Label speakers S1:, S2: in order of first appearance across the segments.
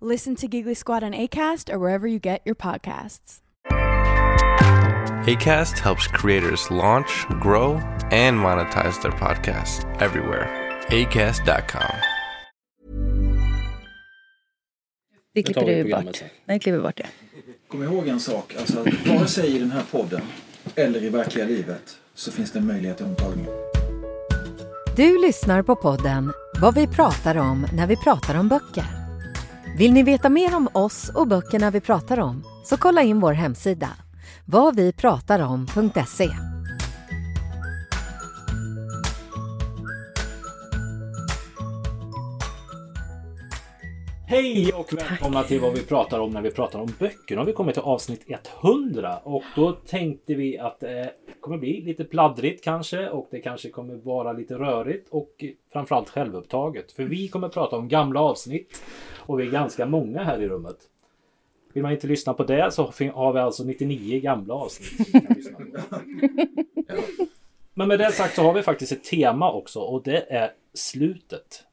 S1: Listen to Giggly Squad on ACAST or wherever you get your podcasts.
S2: ACAST helps creators launch, grow, and monetize their podcasts everywhere. ACAST.com.
S3: Det
S4: tar
S3: klipper
S4: vi i
S3: du
S4: programmet
S3: bort.
S4: sen.
S3: Nej, klipper bort det.
S5: Kom ihåg en sak, alltså att vare sig i den här podden eller i verkliga livet så finns det en möjlighet till omtagning.
S6: Du lyssnar på podden Vad vi pratar om när vi pratar om böcker. Vill ni veta mer om oss och böckerna vi pratar om så kolla in vår hemsida vadvipratarom.se.
S4: Hej och välkomna till vad vi pratar om när vi pratar om böcker. Nu har vi kommit till avsnitt 100 och då tänkte vi att eh, det kommer bli lite pladdrigt kanske och det kanske kommer vara lite rörigt och framförallt självupptaget. För vi kommer prata om gamla avsnitt och vi är ganska många här i rummet. Vill man inte lyssna på det så fin- har vi alltså 99 gamla avsnitt. som man kan lyssna på. Ja. Men med det sagt så har vi faktiskt ett tema också och det är slutet.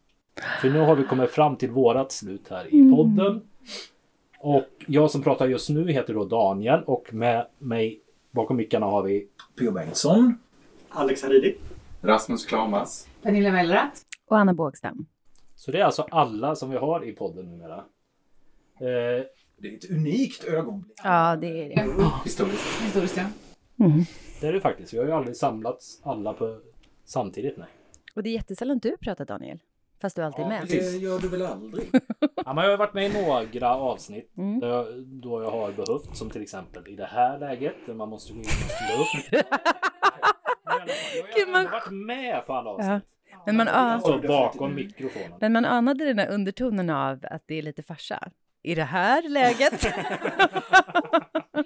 S4: För nu har vi kommit fram till vårat slut här i
S3: Mm.
S4: podden. Och jag som pratar just nu heter då Daniel och med mig bakom mickarna har vi
S5: P.O. Bengtsson.
S7: Alex Haridi.
S8: Rasmus Klamas.
S9: Pernilla Mellrath.
S3: Och Anna Bågstam.
S4: Så det är alltså alla som vi har i podden numera. Eh,
S5: Det är ett unikt ögonblick.
S3: Ja, det är det.
S8: Historiskt.
S9: Historiskt ja.
S4: det är det faktiskt. Vi har ju aldrig samlats alla på samtidigt. Nej.
S3: Och det är jättesällan du pratar, Daniel. Fast du alltid är med.
S5: Det gör du väl aldrig?
S4: Ja, men jag har varit med i några avsnitt
S3: Mm.
S4: där jag, då jag har behövt. Som till exempel i det här läget där man måste gå in och ställa upp. Men i alla fall, Jag
S3: Gud,
S4: har
S3: man-
S4: ändå varit med på alla
S3: Ja.
S4: avsnitt.
S3: Men, man,
S4: Jag
S3: ah,
S4: står bakom mikrofonen.
S3: men man anade den här undertonen av att det är lite farsa. I det här läget. Åh,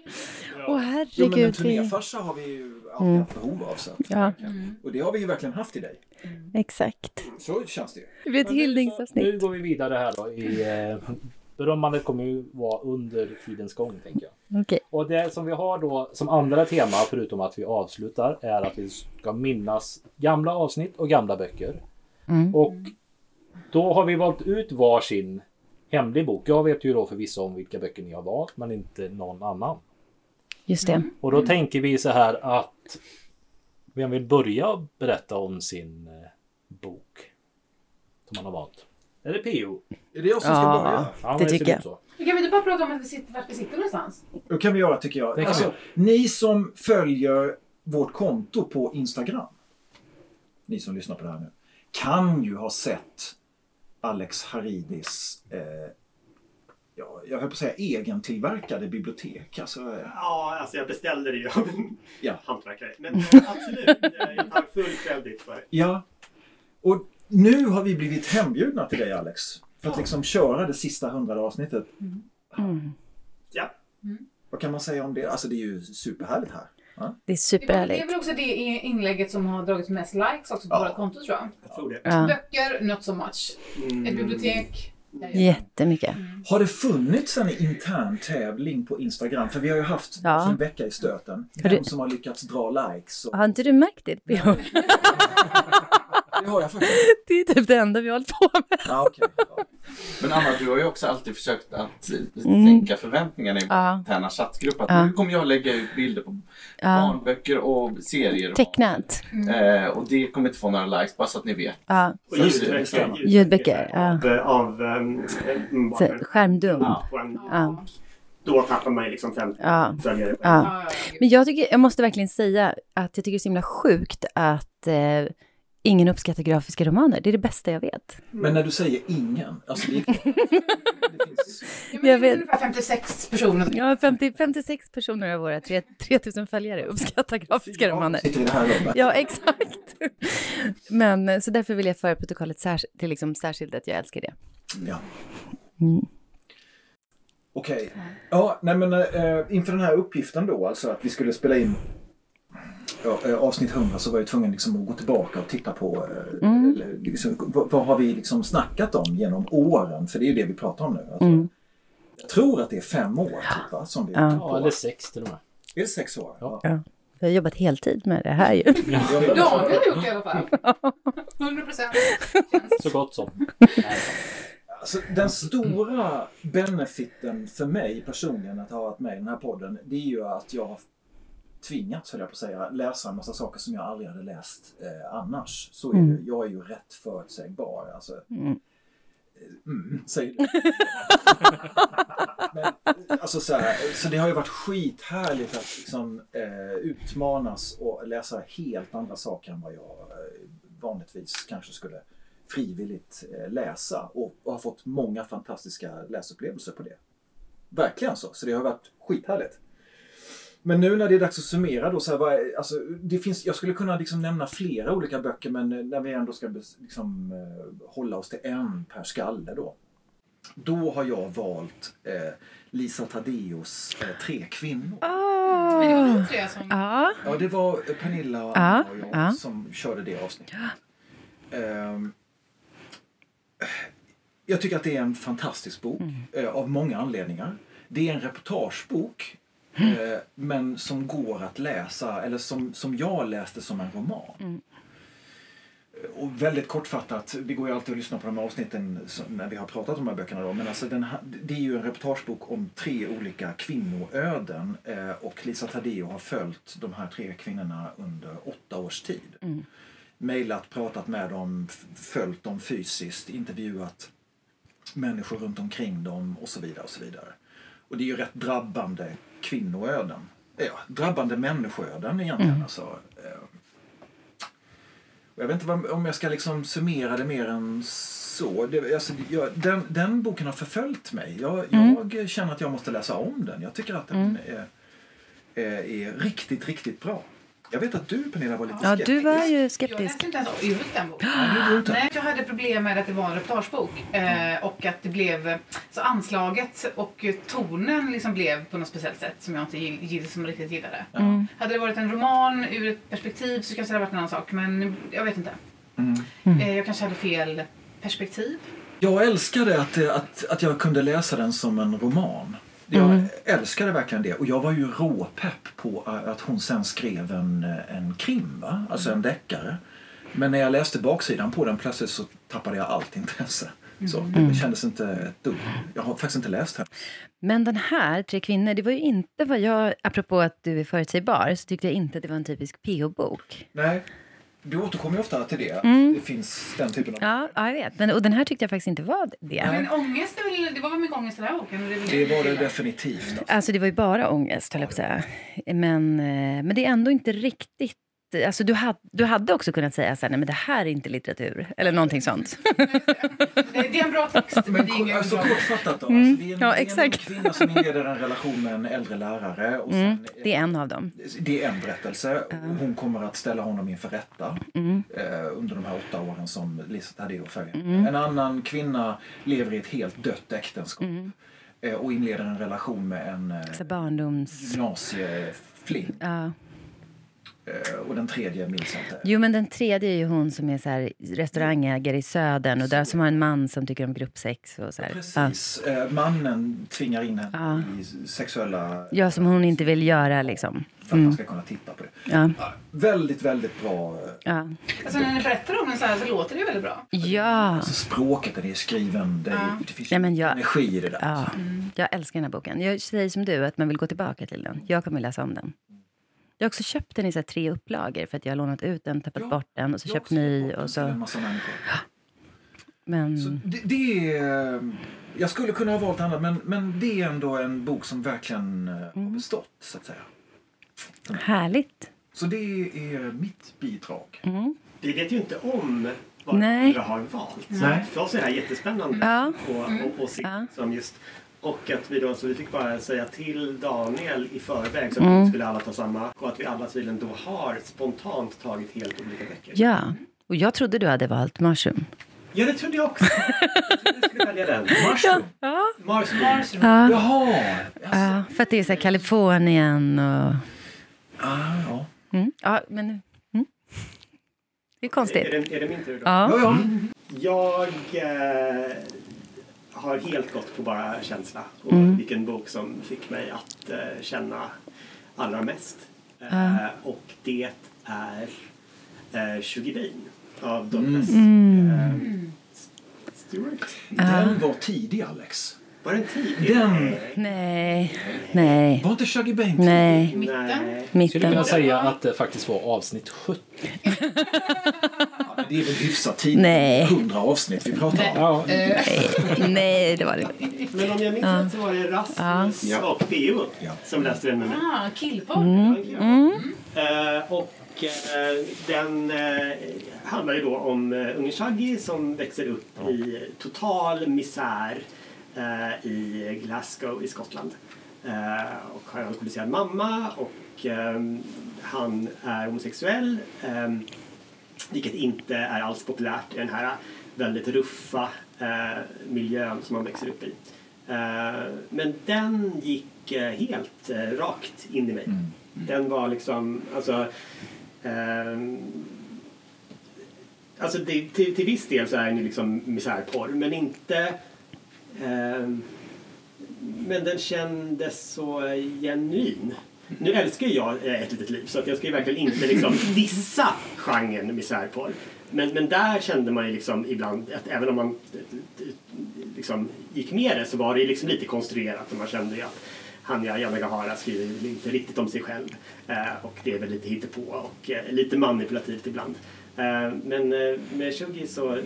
S5: Jo, men en
S3: herregud. vi-
S5: turnéfarsa har vi ju alltid haft behov av. Så att,
S3: Mm. Ja,
S5: Och det har vi ju verkligen haft i dig.
S3: exakt.
S5: Så känns det ju.
S3: Det blir ett hyllningsavsnitt.
S4: Nu går vi vidare här då. I, eh, berömmandet kommer ju vara under tidens gång tänker jag.
S3: Okej.
S4: Och det som vi har då som andra tema förutom att vi avslutar är att vi ska minnas gamla avsnitt och gamla böcker. Och då har vi valt ut varsin hemlig bok. Jag vet ju då förvisso om vilka böcker ni har valt men inte någon annan.
S3: Just det.
S4: Och då tänker vi så här att vem vill börja berätta om sin eh, bok som man har valt? Är det PO?
S5: Är det jag som ska
S3: Ja.
S5: börja?
S4: Ja,
S3: Det
S4: ser
S3: tycker
S4: ut
S3: jag.
S4: så.
S9: Kan vi inte bara prata om att vi sitter, vart vi sitter någonstans?
S5: Då kan vi göra tycker jag.
S4: kan
S5: Alltså, ni som följer vårt konto på Instagram. Ni som lyssnar på det här nu. Kan ju ha sett Alex Haridis eh, ja, jag höll på att säga egentillverkade bibliotek. Alltså, eh,
S7: Ja, alltså jag beställde det ju av en
S5: Ja.
S7: hantverkare. Men eh, absolut, eh, jag tar full credit för det.
S5: Ja. Och nu har vi blivit hembjudna till dig Alex. För att liksom köra det sista hundrade avsnittet.
S7: Ja.
S5: Vad kan man säga om det? Alltså det är ju superhärligt här. Ja.
S3: Det är
S9: Det är väl- det är
S3: superhärligt.
S9: väl också det inlägget som har dragit mest likes också på
S5: Ja.
S9: våra konton tror jag.
S7: Jag tror det.
S3: Ja,
S9: Böcker, not so much. Ett bibliotek.
S3: jättemycket.
S5: Har det funnits en intern tävling på Instagram? För vi har ju haft
S3: Ja.
S5: en vecka i stöten.
S3: Har
S5: Vem
S3: du-
S5: som har lyckats dra likes. Och...
S3: Har inte du märkt det? Björn?
S5: Det har jag faktiskt.
S3: Det är typ det enda vi har hållit på med.
S5: Ja, okej. Ja.
S8: Men Anna, du har ju också alltid försökt att eh, sänka förväntningarna i vår
S3: Mm. Ja.
S8: interna chattgrupp. Att
S3: Ja.
S8: Nu kommer jag lägga ut bilder på
S3: Ja.
S8: barnböcker och serier.
S3: Tecknat.
S8: Eh, och det kommer inte få några likes, bara så att ni vet.
S3: Ja.
S7: Och
S8: Så
S7: ljudböcker.
S8: det stämmer.
S7: ljudböcker
S3: Ljudböcker, ja.
S7: Av, av ehm, mm,
S3: Så,
S7: barnen.
S3: skärmdump.
S7: På en,
S3: Ja.
S7: då tappar man ju liksom fem
S3: Ja.
S7: följare.
S3: Ja.
S9: Ja, ja, ja, gud.
S3: Men jag, tycker, jag måste verkligen säga att jag tycker det är så himla sjukt att eh, Ingen uppskattar grafiska romaner, det är det bästa jag vet.
S5: Men när du säger ingen, alltså det, det finns...
S9: Ja, men
S3: Jag
S9: det är
S3: vet.
S9: ungefär 56 personer.
S3: Ja, 50, 56 personer av våra 3 000 följare uppskattar grafiska romaner.
S5: Sitter i det här rummet.
S3: Ja, exakt. Men eh, så därför vill jag föra protokollet särsk- till liksom särskilt att jag älskar det.
S5: Ja.
S3: Mm.
S5: Okej. Ja, nej men eh, inför den här uppgiften då, alltså att vi skulle spela in ja, eh, avsnitt 100 så var jag tvungen liksom att gå tillbaka och titta på eh, eller liksom, vad, vad har vi liksom snackat om genom åren? För det är ju det vi pratar om nu. Alltså, Jag tror att det är fem år typ, va, som vi har hållit på.
S4: Ja, eller sex till och med.
S5: Är det sex år? Ja.
S3: Jag har jobbat heltid med det här ju.
S9: Daniel har gjort det i alla fall. 100 procent.
S4: Så gott som.
S5: Alltså, den stora benefiten för mig personligen att ha varit med i den här podden det är ju att jag har tvingats, höll jag på att säga, läsa en massa saker som jag aldrig hade läst eh, annars. Så är det ju. Jag är ju rätt förutsägbar. Alltså, Eh, mm, säger du. Men, alltså, så, här, så det har ju varit skithärligt att liksom, eh, utmanas och läsa helt andra saker än vad jag eh, vanligtvis kanske skulle frivilligt eh, läsa och, och har fått många fantastiska läsupplevelser på det. Verkligen så, så det har varit skithärligt. Men nu när det är dags att summera då, så här, vad är, alltså, det finns, jag skulle kunna liksom nämna flera olika böcker men eh, när vi ändå ska bes- liksom, eh, hålla oss till en per skalle då. Då har jag valt eh, Lisa Thaddeus eh, Tre kvinnor.
S9: Men det var vi tre som...
S3: Ah. Ja.
S5: Ja, det var eh, Pernilla och,
S3: Ja,
S5: och jag
S3: ja.
S5: som körde det avsnittet. Ehm, jag tycker att det är en fantastisk bok
S3: Mm.
S5: eh, av många anledningar. Det är en reportagebok
S3: Mm.
S5: eh, men som går att läsa, eller som, som jag läste som en roman. Och väldigt kortfattat, det går ju alltid att lyssna på de här avsnitten som- när vi har pratat om de här böckerna då, men alltså den här, det är ju en reportagebok om tre olika kvinnoöden eh, och Lisa Tadeo har följt de här tre kvinnorna under åtta års tid. Mm. Mejlat, pratat med dem, f- följt dem fysiskt, intervjuat människor runt omkring dem och så vidare. Och så vidare. Och det är ju rätt drabbande kvinnoöden. Eh, Ja, drabbande människoöden egentligen.
S3: Mm.
S5: Alltså. Eh, och Jag vet inte vad, om jag ska liksom summera det mer än så. Det, alltså, jag, den, den boken har förföljt mig. Jag,
S3: Mm.
S5: jag känner att jag måste läsa om den. Jag tycker att den är, är, är riktigt, riktigt bra. Jag vet att du Pernilla var lite
S3: ja,
S5: skeptisk.
S3: du var ju
S9: Jag
S3: skeptisk.
S9: läste inte ens ut den boken.
S5: Nej, det gjorde du inte.
S9: Nej, jag hade problem med att det var en reportagebok eh, och att det blev så anslaget och tonen liksom blev på något speciellt sätt som jag inte gill, gill, som riktigt gillade. Hade det varit en roman ur ett perspektiv så kanske det hade varit en annan sak men jag vet inte. Eh, jag kanske hade fel perspektiv.
S5: Jag älskade att, att, att jag kunde läsa den som en roman. Jag
S3: Mm.
S5: älskade verkligen det. Och jag var ju råpepp på att hon sen skrev en, en krim, va? alltså en deckare. Men när jag läste baksidan på den plötsligt så tappade jag allt intresse. Så,
S3: Mm.
S5: det kändes inte ett dugg. Jag har faktiskt inte läst den.
S3: Men den här, Tre kvinnor, det var ju inte vad jag... Apropå att du är förutsägbar, så tyckte jag inte att det var en typisk PO-bok.
S5: Nej, du återkommer ju ofta till det. att Det finns den typen av...
S3: Mm. Ja, ja, jag vet. Men, och den här tyckte jag faktiskt inte var det.
S9: Men ångest, är väl, det var väl mycket ångest i den här boken? och är väl
S5: Det var det
S9: jag gillar.
S5: definitivt. Alltså.
S3: Alltså, det var ju bara ångest, höll jag på att säga. Men, eh, men det är ändå inte riktigt... Alltså, du, hade, du hade också kunnat säga så här, nej men det här är inte litteratur. Eller någonting sånt.
S9: det, det är en bra text men, det är
S5: Men
S9: ingen
S5: alltså
S9: bra
S5: kortfattat då. Alltså, det är
S3: Mm. Ja,
S5: en, det är en ung
S3: exakt. Mm.
S5: kvinna som inleder en relation med en äldre lärare. Och sen,
S3: Det är en av dem.
S5: Det är en berättelse. Hon kommer att ställa honom inför rätta
S3: Mm.
S5: eh, under de här åtta åren som Lisa Tadeo följer.
S3: Mm.
S5: En annan kvinna lever i ett helt dött äktenskap
S3: Mm.
S5: eh, och inleder en relation med en
S3: Så
S5: eh,
S3: barndoms...
S5: gymnasiefling.
S3: Ja.
S5: Eh, och den tredje minns jag inte.
S3: Jo, men den tredje är ju hon som är så här, restaurangägare i Södern och där som har en man som tycker om gruppsex och så här. Ja.
S5: Precis. Eh, mannen tvingar in henne i sexuella...
S3: Ja, som hon inte vill göra liksom.
S5: För att han ska kunna titta på det.
S3: Ja,
S5: Väldigt, väldigt bra. eh,
S3: ja.
S9: Alltså när ni berättar om den så här så låter det ju väldigt bra.
S3: Ja.
S5: Alltså språket, den är skriven. Det, är, det finns
S3: Nej, men jag-
S5: energi i det där.
S3: ja. Mm. Jag älskar den här boken. Jag säger som du, att man vill gå tillbaka till den. Jag kommer läsa om den. Jag har också köpt den i så här tre upplagor för att jag har lånat ut den, tappat
S5: Ja,
S3: bort den och så
S5: Jag
S3: köpt
S5: har också
S3: ny
S5: fått
S3: och
S5: till En
S3: så...
S5: massa människor.
S3: Men...
S5: Så det, det är, eh, jag skulle kunna ha valt annat, men, men det är ändå en bok som verkligen eh,
S3: Mm.
S5: har bestått. Så att säga.
S3: Härligt. Mm.
S5: Så det är mitt bidrag.
S10: Vi vet ju inte om vad
S3: Nej.
S10: andra har valt. Så
S5: Nej.
S10: för oss är det här jättespännande
S3: Ja.
S10: och, och se
S3: Ja.
S10: som just och att vi då, så vi fick bara säga till Daniel i förväg så
S3: Mm.
S10: att skulle alla ta samma och att vi alla tydligen då har spontant tagit helt olika böcker.
S3: Ja. Och jag trodde du hade valt Mushroom.
S10: Ja, det trodde jag också. Jag trodde jag skulle välja den. Mushroom.
S3: Ja.
S10: Mushroom.
S3: Ja.
S5: Jaha!
S3: ja. För att det är så här Kalifornien och...
S5: Ah, ja.
S3: Mm. Ja, men... Mm. Det är
S10: Är
S3: konstigt.
S10: det, är det min tur då?
S3: Ja.
S5: Ja, ja.
S10: Jag eh, har helt gått på bara känsla och vilken bok som fick mig att eh, känna allra mest. Eh, och det är eh, Shugidin av Douglas eh, Stewart.
S5: Den var tidig, Alex.
S10: Var den tidig?
S5: Den
S3: Nej. Nej.
S5: var inte Shuggy Bane tidig?
S3: Nej.
S4: Skulle
S10: Nej.
S3: Mitten.
S4: kunna säga att det faktiskt var avsnitt 70.
S5: Ja, Det är väl hyfsat tidigt?
S3: Nej.
S5: 100 avsnitt vi pratar om.
S4: Ja,
S3: Nej, det var det inte.
S10: Men om jag minns rätt så var det Rasmus
S11: Ja.
S10: och Theo
S5: Ja.
S10: som läste den med mig.
S9: Ah, killpodd.
S10: Eh, och eh, den eh, handlar ju då om eh, ungen Shaggy som växer upp i total misär eh, i Glasgow i Skottland. Eh, och har en alkoholiserad mamma och ehm, han är homosexuell. ehm, vilket inte är alls populärt i den här väldigt ruffa eh, miljön som man växer upp i. Eh, men den gick eh, helt eh, rakt in i mig. Den var liksom, alltså... ehm, alltså det, till, till viss del så är den ju liksom misärporr, men inte... ehm, men den kändes så eh, genuin. Nu älskar ju jag eh, Ett litet liv så att jag ska ju verkligen inte liksom dissa genren misärporr. Men, men där kände man ju liksom ibland att även om man eh, liksom gick med det så var det ju liksom lite konstruerat och man kände ju att Hanja Yanagihara skriver ju inte riktigt om sig själv eh, och det är väl lite hittepå och eh, lite manipulativt ibland. Eh, Men eh, med Shuggy så eh,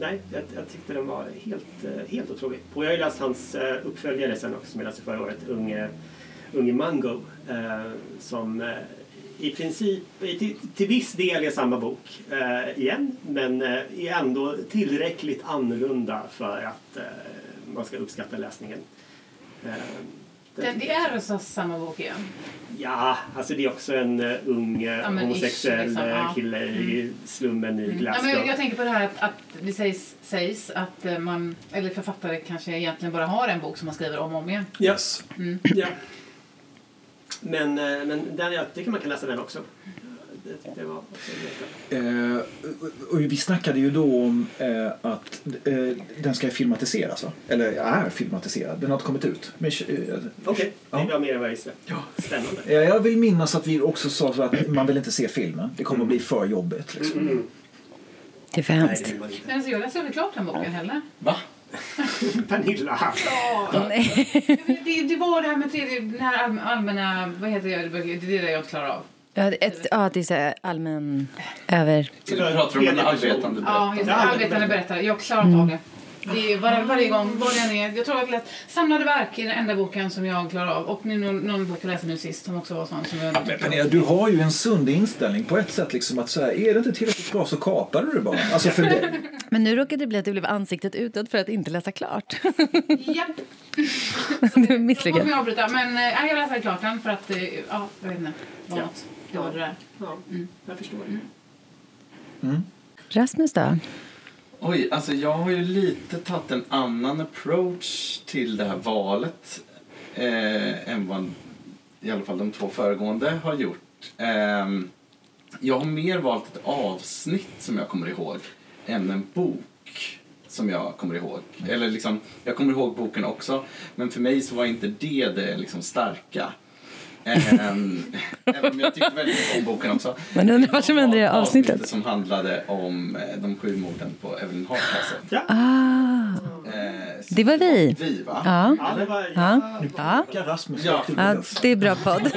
S10: Nej, jag, jag tyckte den var helt, eh, helt otrolig. Och jag har ju läst hans eh, uppföljare sen också som jag läste förra året, Unge, Unge Mango. eh, Som eh, i princip, i- till, till viss del är samma bok eh, igen men eh, är ändå tillräckligt annorlunda för att eh, man ska uppskatta läsningen. Eh, den-
S9: Den, det är alltså samma bok igen.
S10: Ja, alltså det är också en eh, ung eh,
S9: Ja, men ish,
S10: homosexuell
S9: liksom,
S10: eh,
S9: ja. Mm.
S10: kille i slummen i
S9: Ja,
S10: Glasgow.
S9: men jag, jag tänker på det här att, att det sägs, sägs att eh, man, eller författare kanske egentligen bara har en bok som man skriver om och om igen.
S5: Yes.
S9: Mm.
S10: Ja. Men, eh, men den, jag tycker man kan läsa den också. Det, det var också helt bra.
S5: Eh, och- och vi snackade ju då om eh, att eh, den ska filmatiseras, va? Eller är filmatiserad. Den har inte kommit ut. Men, eh,
S10: Okej,
S5: Ja.
S10: det var mer än vad jag visste.
S5: Ja.
S10: Spännande.
S5: Eh, Jag vill minnas att vi också sa så att man vill inte se filmen. Det kommer att bli för jobbigt. Liksom.
S3: Det är för
S10: Nej, det
S3: hemskt.
S10: vill man inte.
S9: Men alltså, jag läste aldrig klart den boken heller.
S11: Va?
S10: Pernilla!
S9: Det, det var det här med tredje, den här allm- allmänna, vad heter det, det är det där jag inte klarar av.
S3: Ja, det- ett, ja, det är så här allmän... Över...
S11: Du pratar om en arbetande
S9: Ja, just det.
S10: Ja,
S9: Arbetande
S10: men-
S9: berättare. Jag klarar inte av det. Det är var, varje gång, vad det än är. Jag tror jag läst samlade verk är den enda boken som jag klarar av. Och nu, någon, någon bok jag läste nu sist som också var sån som jag...
S5: Men Pernilla, du har ju en sund inställning på ett sätt. Liksom, att så här, är det inte tillräckligt bra så kapar du det bara. Alltså för dig.
S3: Men nu råkade det bli att du blev ansiktet utåt för att inte läsa klart.
S9: Japp!
S3: Du är
S9: Då kommer
S3: misslyckad.
S9: jag avbryta. Men eh, jag läste klart den för att, eh, ja, jag vet inte. Det var något. Det var det där.
S10: Ja, jag förstår.
S3: Rasmus då?
S11: Oj, alltså jag har ju lite tagit en annan approach till det här valet eh, än vad i alla fall de två föregående har gjort. Ehm, jag har mer valt ett avsnitt som jag kommer ihåg än en bok som jag kommer ihåg. Eller liksom, jag kommer ihåg boken också, men för mig så var inte det det liksom starka. Ehm, Även om jag tyckte väldigt mycket om boken också.
S3: Man undrar vad som händer i
S11: Det var
S3: avsnittet.
S11: som handlade om eh, de sju morden på Evelyn alltså. Hardcastle.
S3: Ah,
S11: Eh, så
S3: Det var vi.
S11: Vi, va?
S3: ja.
S10: Ja, det var
S3: Ja. Ja.
S5: Ska Rasmus
S11: Ja.
S5: rakt ut i
S3: ja,
S5: luften?
S3: det är bra podd.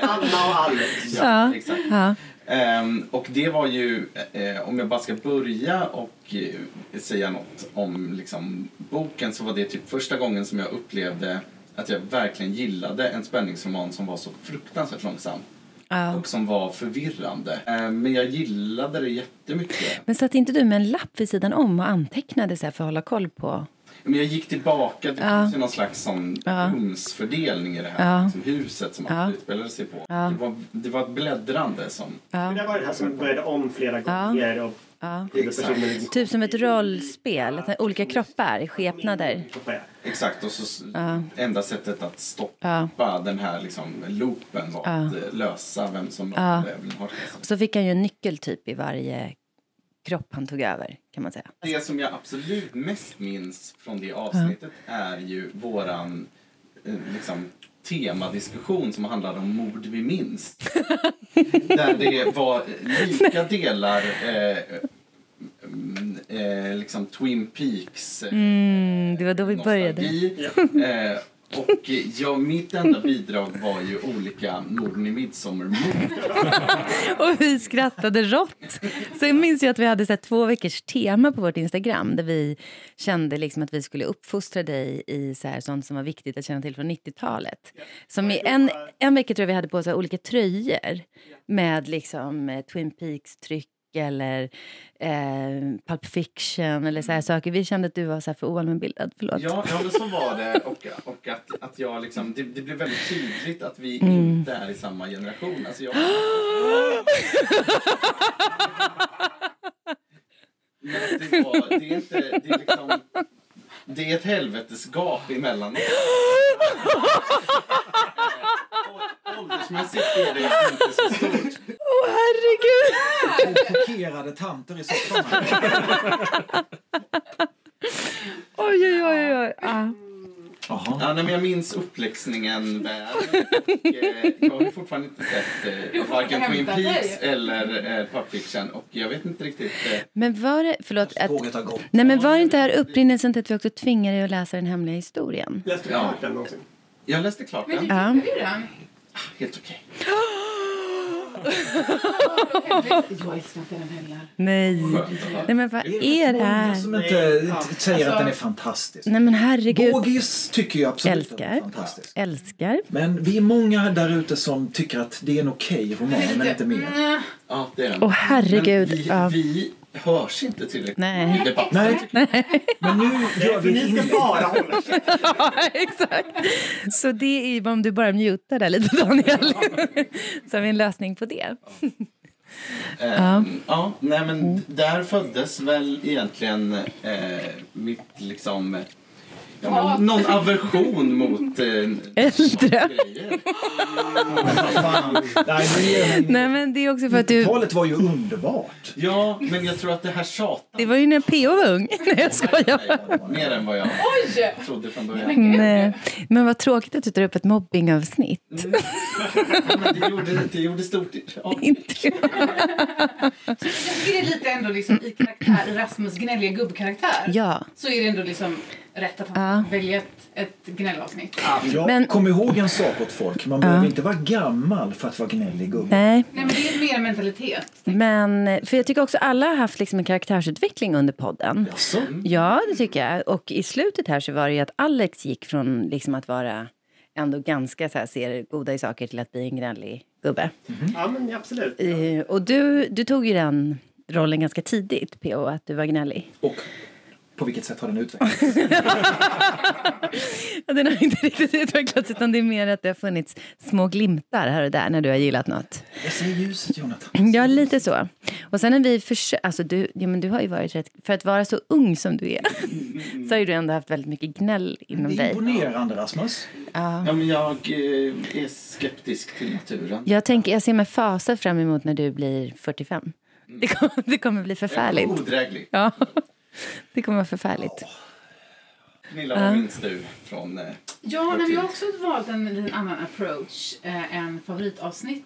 S10: Anna och Alex.
S11: Ja,
S3: Ja.
S11: exakt.
S3: Ja.
S11: Ehm, och det var ju, eh, om jag bara ska börja och eh, säga något om liksom, boken så var det typ första gången som jag upplevde att jag verkligen gillade en spänningsroman som var så fruktansvärt långsam.
S3: Ja.
S10: och som var förvirrande. Eh, Men jag gillade det jättemycket.
S3: Men satt inte du med en lapp vid sidan om och antecknade så här för att hålla koll på?
S10: Men jag gick tillbaka, det
S3: Ja.
S10: fanns ju någon slags sån
S3: Ja.
S10: rumsfördelning i det här
S3: Ja.
S10: liksom, huset som
S3: Ja.
S10: allt utspelade sig på. Det, var, det var ett bläddrande som...
S12: Det där var det här som började om flera gånger. Och
S3: Ja.
S12: huvudpersonen-
S3: Typ som ett rollspel, att olika kroppar, skepnader.
S10: Exakt, och så s- enda sättet att stoppa den här liksom, loopen var att eh, lösa vem som
S3: Ja.
S10: mördade Evelyn Hodgkinson.
S3: Så fick han ju en nyckel typ i varje kropp han tog över, kan man säga.
S10: Det som jag absolut mest minns från det avsnittet är ju våran eh, liksom, temadiskussion som handlade om mord vi minns. Där det var lika delar eh, mm, eh, liksom Twin Peaks eh,
S3: Mm, det var då vi började.
S10: nostalgi. Eh, och eh, ja, mitt enda bidrag var ju olika morden i midsommarmord.
S3: Och vi skrattade rått. Sen minns jag att vi hade så här två veckors tema på vårt Instagram där vi kände liksom att vi skulle uppfostra dig i så här sånt som var viktigt att känna till från 90-talet. Som i en, en vecka tror jag vi hade på oss så här olika tröjor med liksom eh, Twin Peaks-tryck eller eh, Pulp Fiction eller så här saker. Vi kände att du var så här för oallmänbildad. Förlåt.
S10: Ja, ja, men så var det. Och, och att, att jag liksom, det, det blev väldigt tydligt att vi inte är i samma generation. Alltså jag... Men det, var, det är inte... Det är, liksom, det är ett helvetesgap emellan oss. Eh, Åldersmässigt är det inte så stort.
S3: Åh, herregud!
S5: Två chockerade tanter i soffan.
S3: Oj, oj, oj. oj. Ah.
S5: Jaha.
S10: Ja, nej, men jag minns uppläxningen väl. Och, eh, jag har ju fortfarande inte sett eh, varken
S9: hämta dig.
S10: Twin Peaks eller eh, Pulp Fiction. Och jag vet inte riktigt... Eh,
S3: Men var det... Förlåt. Att,
S5: Tåget har gått.
S3: Nej, men var det inte här upprinnelsen till att vi också tvingade dig att läsa den hemliga historien?
S12: Läste du
S10: Ja.
S12: klart den någonsin?
S10: jag läste klart den.
S3: Ja.
S9: Gjorde du den?
S10: Helt okej.
S9: Jag älskar inte den heller.
S3: Nej.
S10: Skönt att höra.
S3: Nej, men vad är det
S5: Många
S3: här?
S5: som inte säger att den är fantastisk.
S3: Nej, men herregud.
S5: Bågis tycker jag absolut att den är
S3: Älskar.
S5: fantastisk.
S3: Älskar.
S5: Men vi är många där ute som tycker att det är en okej roman, men inte mer.
S9: Mm,
S10: Ja, det är den.
S3: Åh, herregud.
S10: Men vi,
S3: Ja.
S10: vi hörs inte tillräckligt
S3: Nej.
S10: i debatten.
S5: Nej, men nu gör vi ett
S12: Ni
S5: inlägg.
S12: ska bara hålla sig.
S3: Ja, exakt. Så det är ju om du bara mutar där lite, Daniel. Så har vi en lösning på det.
S10: Ja. ja, nej men d- där föddes väl egentligen eh, mitt liksom... Ja, men, någon aversion mot... Eh,
S3: Äldre.
S10: grejer.
S5: Nej, men det är-
S3: Nej, men det är också för att du...
S5: Talet var ju underbart.
S10: Ja, men jag tror att det här tjatar
S3: Det var ju när PO var ung. Nej, jag skojar.
S10: mig mer än vad jag
S9: Oj!
S10: trodde från början.
S3: Nej. Men vad tråkigt att du tar upp ett mobbingavsnitt.
S10: Ja, men det, gjorde, det gjorde stort... Ja.
S3: Inte-
S9: Jag tycker det är lite ändå liksom i karaktär, Rasmus gnälliga gubbkaraktär.
S3: Ja.
S9: Så är det ändå liksom rätt att han väljer ett, ett gnällavsnitt.
S5: Jag
S3: Men-
S5: kom ihåg en sak åt folk. Man behöver inte vara gammal för att vara gnällig gubbe.
S3: Nej.
S9: Nej men det är mer mentalitet.
S3: Men, för jag tycker också alla har haft liksom en karaktärsutveckling under podden.
S5: Jaså?
S3: Ja, det tycker jag. Och i slutet här så var det ju att Alex gick från liksom att vara ändå ganska så här, ser goda i saker till att bli en gnällig gubbe.
S12: Ja, men absolut.
S3: Eh, och du, du tog ju den rollen ganska tidigt, PO, att du var gnällig.
S5: Och på vilket sätt har den utvecklats?
S3: Ja, Den har inte riktigt utvecklats, utan det är mer att det har funnits små glimtar här och där när du har gillat något.
S5: Jag ser ljuset, Jonathan.
S3: Ja, lite så. Och sen när vi försökt... Alltså, du, ja, men du har ju varit rätt... För att vara så ung som du är så har ju du ändå haft väldigt mycket gnäll inom
S5: Det är
S3: dig.
S5: imponerande, Rasmus.
S10: Ja, men jag eh, är skeptisk till naturen.
S3: Jag, tänker, jag ser med fasa fram emot när du blir 45. Det, kommer, det kommer bli förfärligt.
S9: Mm.
S10: Odräglig.
S3: Ja. Det kommer vara förfärligt.
S10: Pernilla, vad minns du från... Eh,
S9: Ja, nej, men jag har också valt en liten annan approach eh, än favoritavsnitt.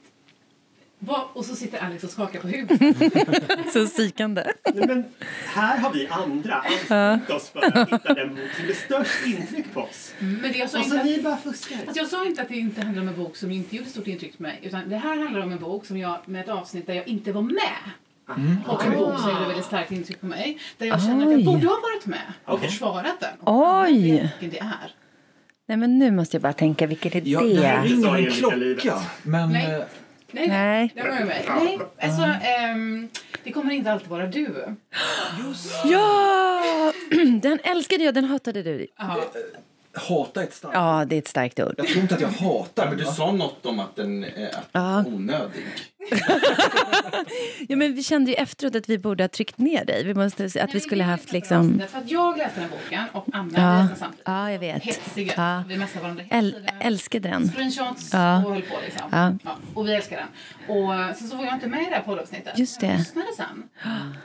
S9: Va? Och så sitter Alex och skakar på huvudet.
S3: Så psykande.
S12: Nej, Men här har vi andra ansträngt oss för att hitta den bok som är störst intryck på oss.
S9: Mm, Men det jag sa
S12: Och
S9: inte
S12: så
S9: att,
S12: vi bara fuskar.
S9: alltså jag sa inte att det inte handlar om en bok som inte gjorde stort intryck på mig. Utan det här handlar om en bok som jag, med ett avsnitt där jag inte var med. Och en bok som gjorde väldigt starkt intryck på mig. Där jag känner att
S3: Oj.
S9: jag borde ha varit med och försvarat den. Och
S3: Oj.
S9: Jag vet vilken det är.
S3: Nej, men nu måste jag bara tänka, vilket är
S5: Ja,
S3: det?
S5: det ringer
S12: Sorgen
S5: en
S12: i livet.
S5: klocka. Men
S9: Nej.
S5: eh,
S9: Nej,
S3: Nej.
S9: det var jag med. Nej, alltså, ehm, det kommer inte alltid vara du.
S3: Ja! Den älskade jag, den hatade du.
S9: Ja.
S5: Hata ett starkt.
S3: Ja, det är ett starkt ord.
S5: Jag tror inte att jag hatar
S8: Ja, men du
S5: va?
S8: sa något om att den är eh, att
S3: Ja.
S8: onödig.
S3: Ja, men vi kände ju efteråt att vi borde ha tryckt ner dig. Vi måste, att vi skulle haft liksom...
S9: För att jag läste den här boken och Anna
S3: Ja,
S9: läste den samtidigt.
S3: ja jag vet.
S9: Hetsiga.
S3: Ja.
S9: Vi messade varandra hela
S3: Äl,
S9: tiden.
S3: älskar den.
S9: Screenshots
S3: Ja.
S9: och höll på liksom.
S3: Ja.
S9: Ja, och vi älskar den. Och sen så var jag inte med i det här poddavsnittet.
S3: Just det.
S9: Jag lyssnade sen.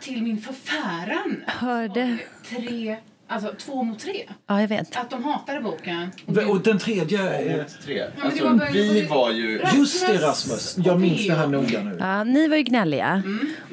S9: Till min förfäran.
S3: Hörde.
S9: Tre, alltså två mot tre.
S3: Ja, jag vet.
S9: Att de hatade boken.
S5: Och den tredje... är-
S8: Mot tre.
S9: men det
S8: Alltså,
S9: var bara-
S8: vi var ju...
S5: Just det Rasmus! Jag minns det här noga nu.
S3: Ja, ni var ju gnälliga.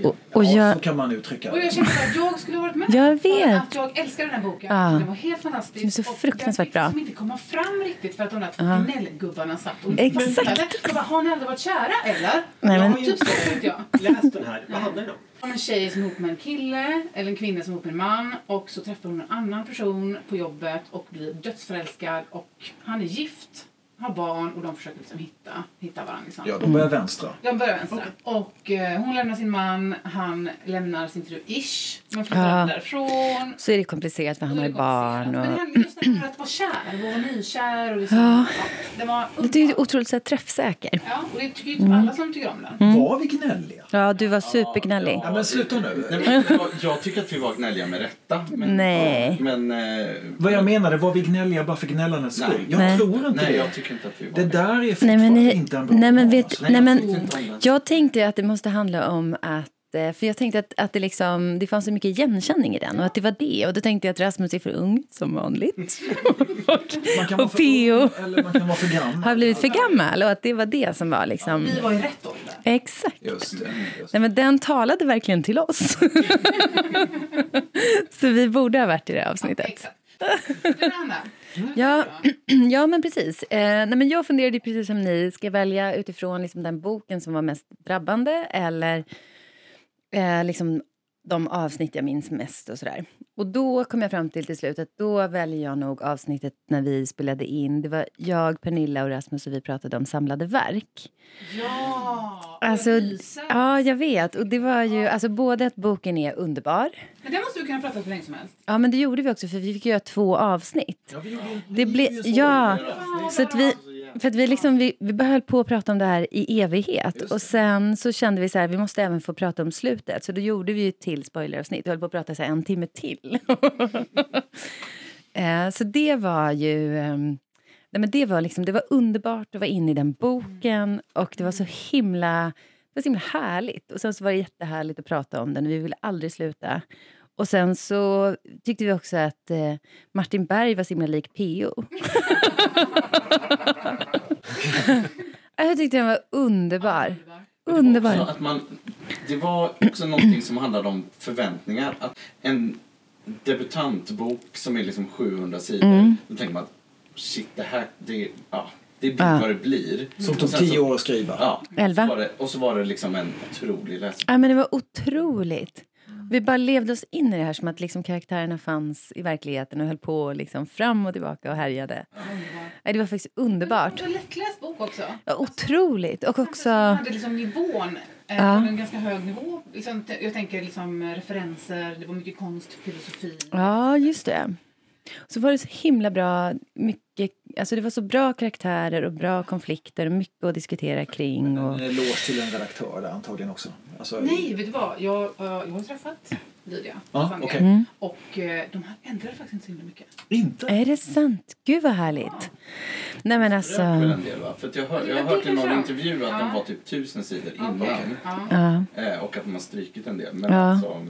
S3: Och, och
S5: Ja,
S3: jag...
S5: så kan man uttrycka
S9: Och jag
S5: det.
S9: kände att jag skulle ha varit med.
S3: Jag
S9: För
S3: vet.
S9: att jag älskar den här boken.
S3: Ja.
S9: Den var helt fantastisk.
S3: Den är så
S9: Och
S3: fruktansvärt
S9: Den
S3: bra. Ah.
S9: fick liksom inte komma fram riktigt för att de där två gnällgubbarna satt och
S3: Exakt.
S9: fattade. Jag bara, har ni aldrig varit kära eller?
S3: Nej, men-
S9: Ja, typ så tänkte jag.
S7: Läs den här. Vad handlar den om?
S9: Om en tjej som är ihop med en kille eller en kvinna som är ihop med en man och så träffar hon en annan person på jobbet och blir dödsförälskad och han är gift, har barn och de försöker liksom hitta, hitta varandra. Liksom.
S5: Ja, de börjar vänstra.
S9: De börjar vänstra. Och eh, hon lämnar sin man, han lämnar sin fru Ish. Man flyttar
S3: Ja.
S9: därifrån.
S3: Så är det komplicerat för han har ju barn
S9: Men det
S3: och...
S9: handlar just om att vara kär, och vara nykär och liksom,
S3: Ja.
S9: ja. Det var
S3: Du är ju
S9: underbart.
S3: otroligt så här, träffsäker.
S9: Ja, och det tycker ju inte alla som tycker om den.
S3: Mm.
S5: Var vi gnälliga?
S3: Ja, du var supergnällig.
S5: Ja, men sluta
S8: Nej,
S5: nu.
S8: men jag, jag tycker att vi var gnälliga med rätta. Men,
S3: Nej.
S8: Men, eh,
S5: Vad jag menade, var vi gnälliga bara för gnällandets
S8: Nej.
S5: skull? Jag
S3: Nej.
S5: tror inte
S8: nej,
S5: det.
S8: jag tycker inte att vi var
S5: Det
S8: det.
S5: där är
S3: Nej
S5: fortfarande
S3: men, ni,
S5: inte en bra
S3: nej, men,
S5: roman,
S3: vet,
S5: alltså.
S3: nej, men
S8: inte om den.
S3: jag tänkte ju att det måste handla om att eh, för jag tänkte att, att det, liksom, det fanns så mycket igenkänning i den och att det var det. Och då tänkte jag att Rasmus är för ung, som vanligt.
S5: Man kan vara
S3: och
S5: för ung
S3: P.O.
S5: eller man kan vara för
S3: har
S5: gammal.
S3: blivit för gammal och att det var det som var liksom...
S9: Vi var i rätt ålder.
S3: Exakt.
S5: Just det. Just det.
S3: Nej men den talade verkligen till oss. så vi borde ha varit i det här avsnittet.
S9: Exakt. Du Anna,
S5: Mm,
S3: Ja, ja men precis. Eh, nej, men jag funderade ju precis som ni. Ska jag välja utifrån liksom den boken som var mest drabbande eller eh, liksom de avsnitt jag minns mest och sådär. Och då kom jag fram till till slut att då väljer jag nog avsnittet när vi spelade in. Det var jag, Pernilla och Rasmus och vi pratade om samlade verk.
S9: ja! och
S3: Alltså,
S9: jag myser.
S3: ja, jag vet. Och det var ju, alltså både att boken är underbar.
S9: Men det måste du kunna prata om hur länge som helst.
S3: Ja, men det gjorde vi också för vi fick göra två avsnitt.
S5: Ja, vi gjorde ju-
S3: Det blev, ja, så att vi, för att vi, liksom, vi, vi bara höll på att prata om det här i evighet. Och sen så kände vi så här, vi måste även få prata om slutet. Så då gjorde vi ju ett till spoileravsnitt. Vi höll på att prata så här en timme till. Eh, så det var ju... ehm, Nej, men det, var liksom, det var underbart att vara inne i den boken och det var så himla, det var så himla härligt. Och sen så var det jättehärligt att prata om den och vi ville aldrig sluta. Och sen så tyckte vi också att eh, Martin Berg var så himla lik P.O. Jag tyckte den var underbar.
S8: Så
S3: Underbar.
S8: att man, det var också någonting som handlade om förväntningar. Att en debutantbok som är liksom 700 sidor, då tänker man att shit, det här, det, ja, det blir
S3: Ja.
S8: vad det blir.
S5: Som
S8: Och
S5: tog
S8: sen
S5: tio
S8: så-
S5: år att skriva.
S8: Ja,
S3: Elva.
S8: Så var det, och så var det liksom en otrolig läsning.
S3: Ja, men det var otroligt. Vi bara levde oss in i det här som att liksom karaktärerna fanns i verkligheten och höll på liksom fram och tillbaka och härjade. Ja, det var faktiskt
S9: Det
S3: underbart.
S9: var en lättläst bok också.
S3: Ja, otroligt. Och
S9: Man
S3: också...
S9: hade liksom nivån, eh,
S3: Ja.
S9: på en ganska hög nivå. Liksom, t- jag tänker liksom eh, referenser, det var mycket konst, filosofi.
S3: Ja, just det. Så var det så himla bra, mycket, alltså det var så bra karaktärer och bra konflikter och mycket att diskutera kring. Och,
S5: En eloge till en redaktör där antagligen också. Alltså,
S9: Nej, vet du vad? Jag, eh, jag har träffat Lydia
S5: Ja,
S9: Fanger.
S5: okej.
S9: och eh, de här ändrade faktiskt inte så himla mycket.
S5: Inte?
S3: är det sant? Gud vad härligt. Nej men alltså,
S8: Det rök väl en del, va? För att jag, hör, jag har
S9: Ja, det
S8: hört i någon
S9: kanske.
S8: intervju att
S9: Ja.
S8: den var typ tusen sidor innan.
S9: Ja.
S3: ja.
S8: Eh, Och att man har strykit en del. Men
S3: Ja.
S8: alltså,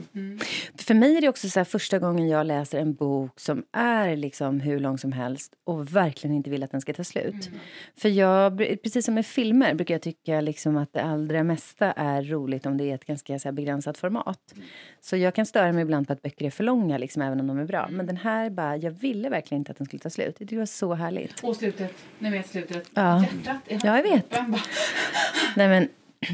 S3: För mig är det också så här, första gången jag läser en bok som är liksom hur lång som helst och verkligen inte vill att den ska ta slut. För jag, precis som med filmer brukar jag tycka liksom att det allra mesta är roligt om det är ett ganska så här begränsat format. Så jag kan störa mig ibland på att böcker är för långa, liksom, även om de är bra. Men den här bara, jag ville verkligen inte att den skulle ta slut. Det var så härligt.
S9: Och slutet, ni vet slutet.
S3: Ja.
S9: Hjärtat i
S3: Ja, jag vet.
S9: halsen. Bara,
S3: Nej, men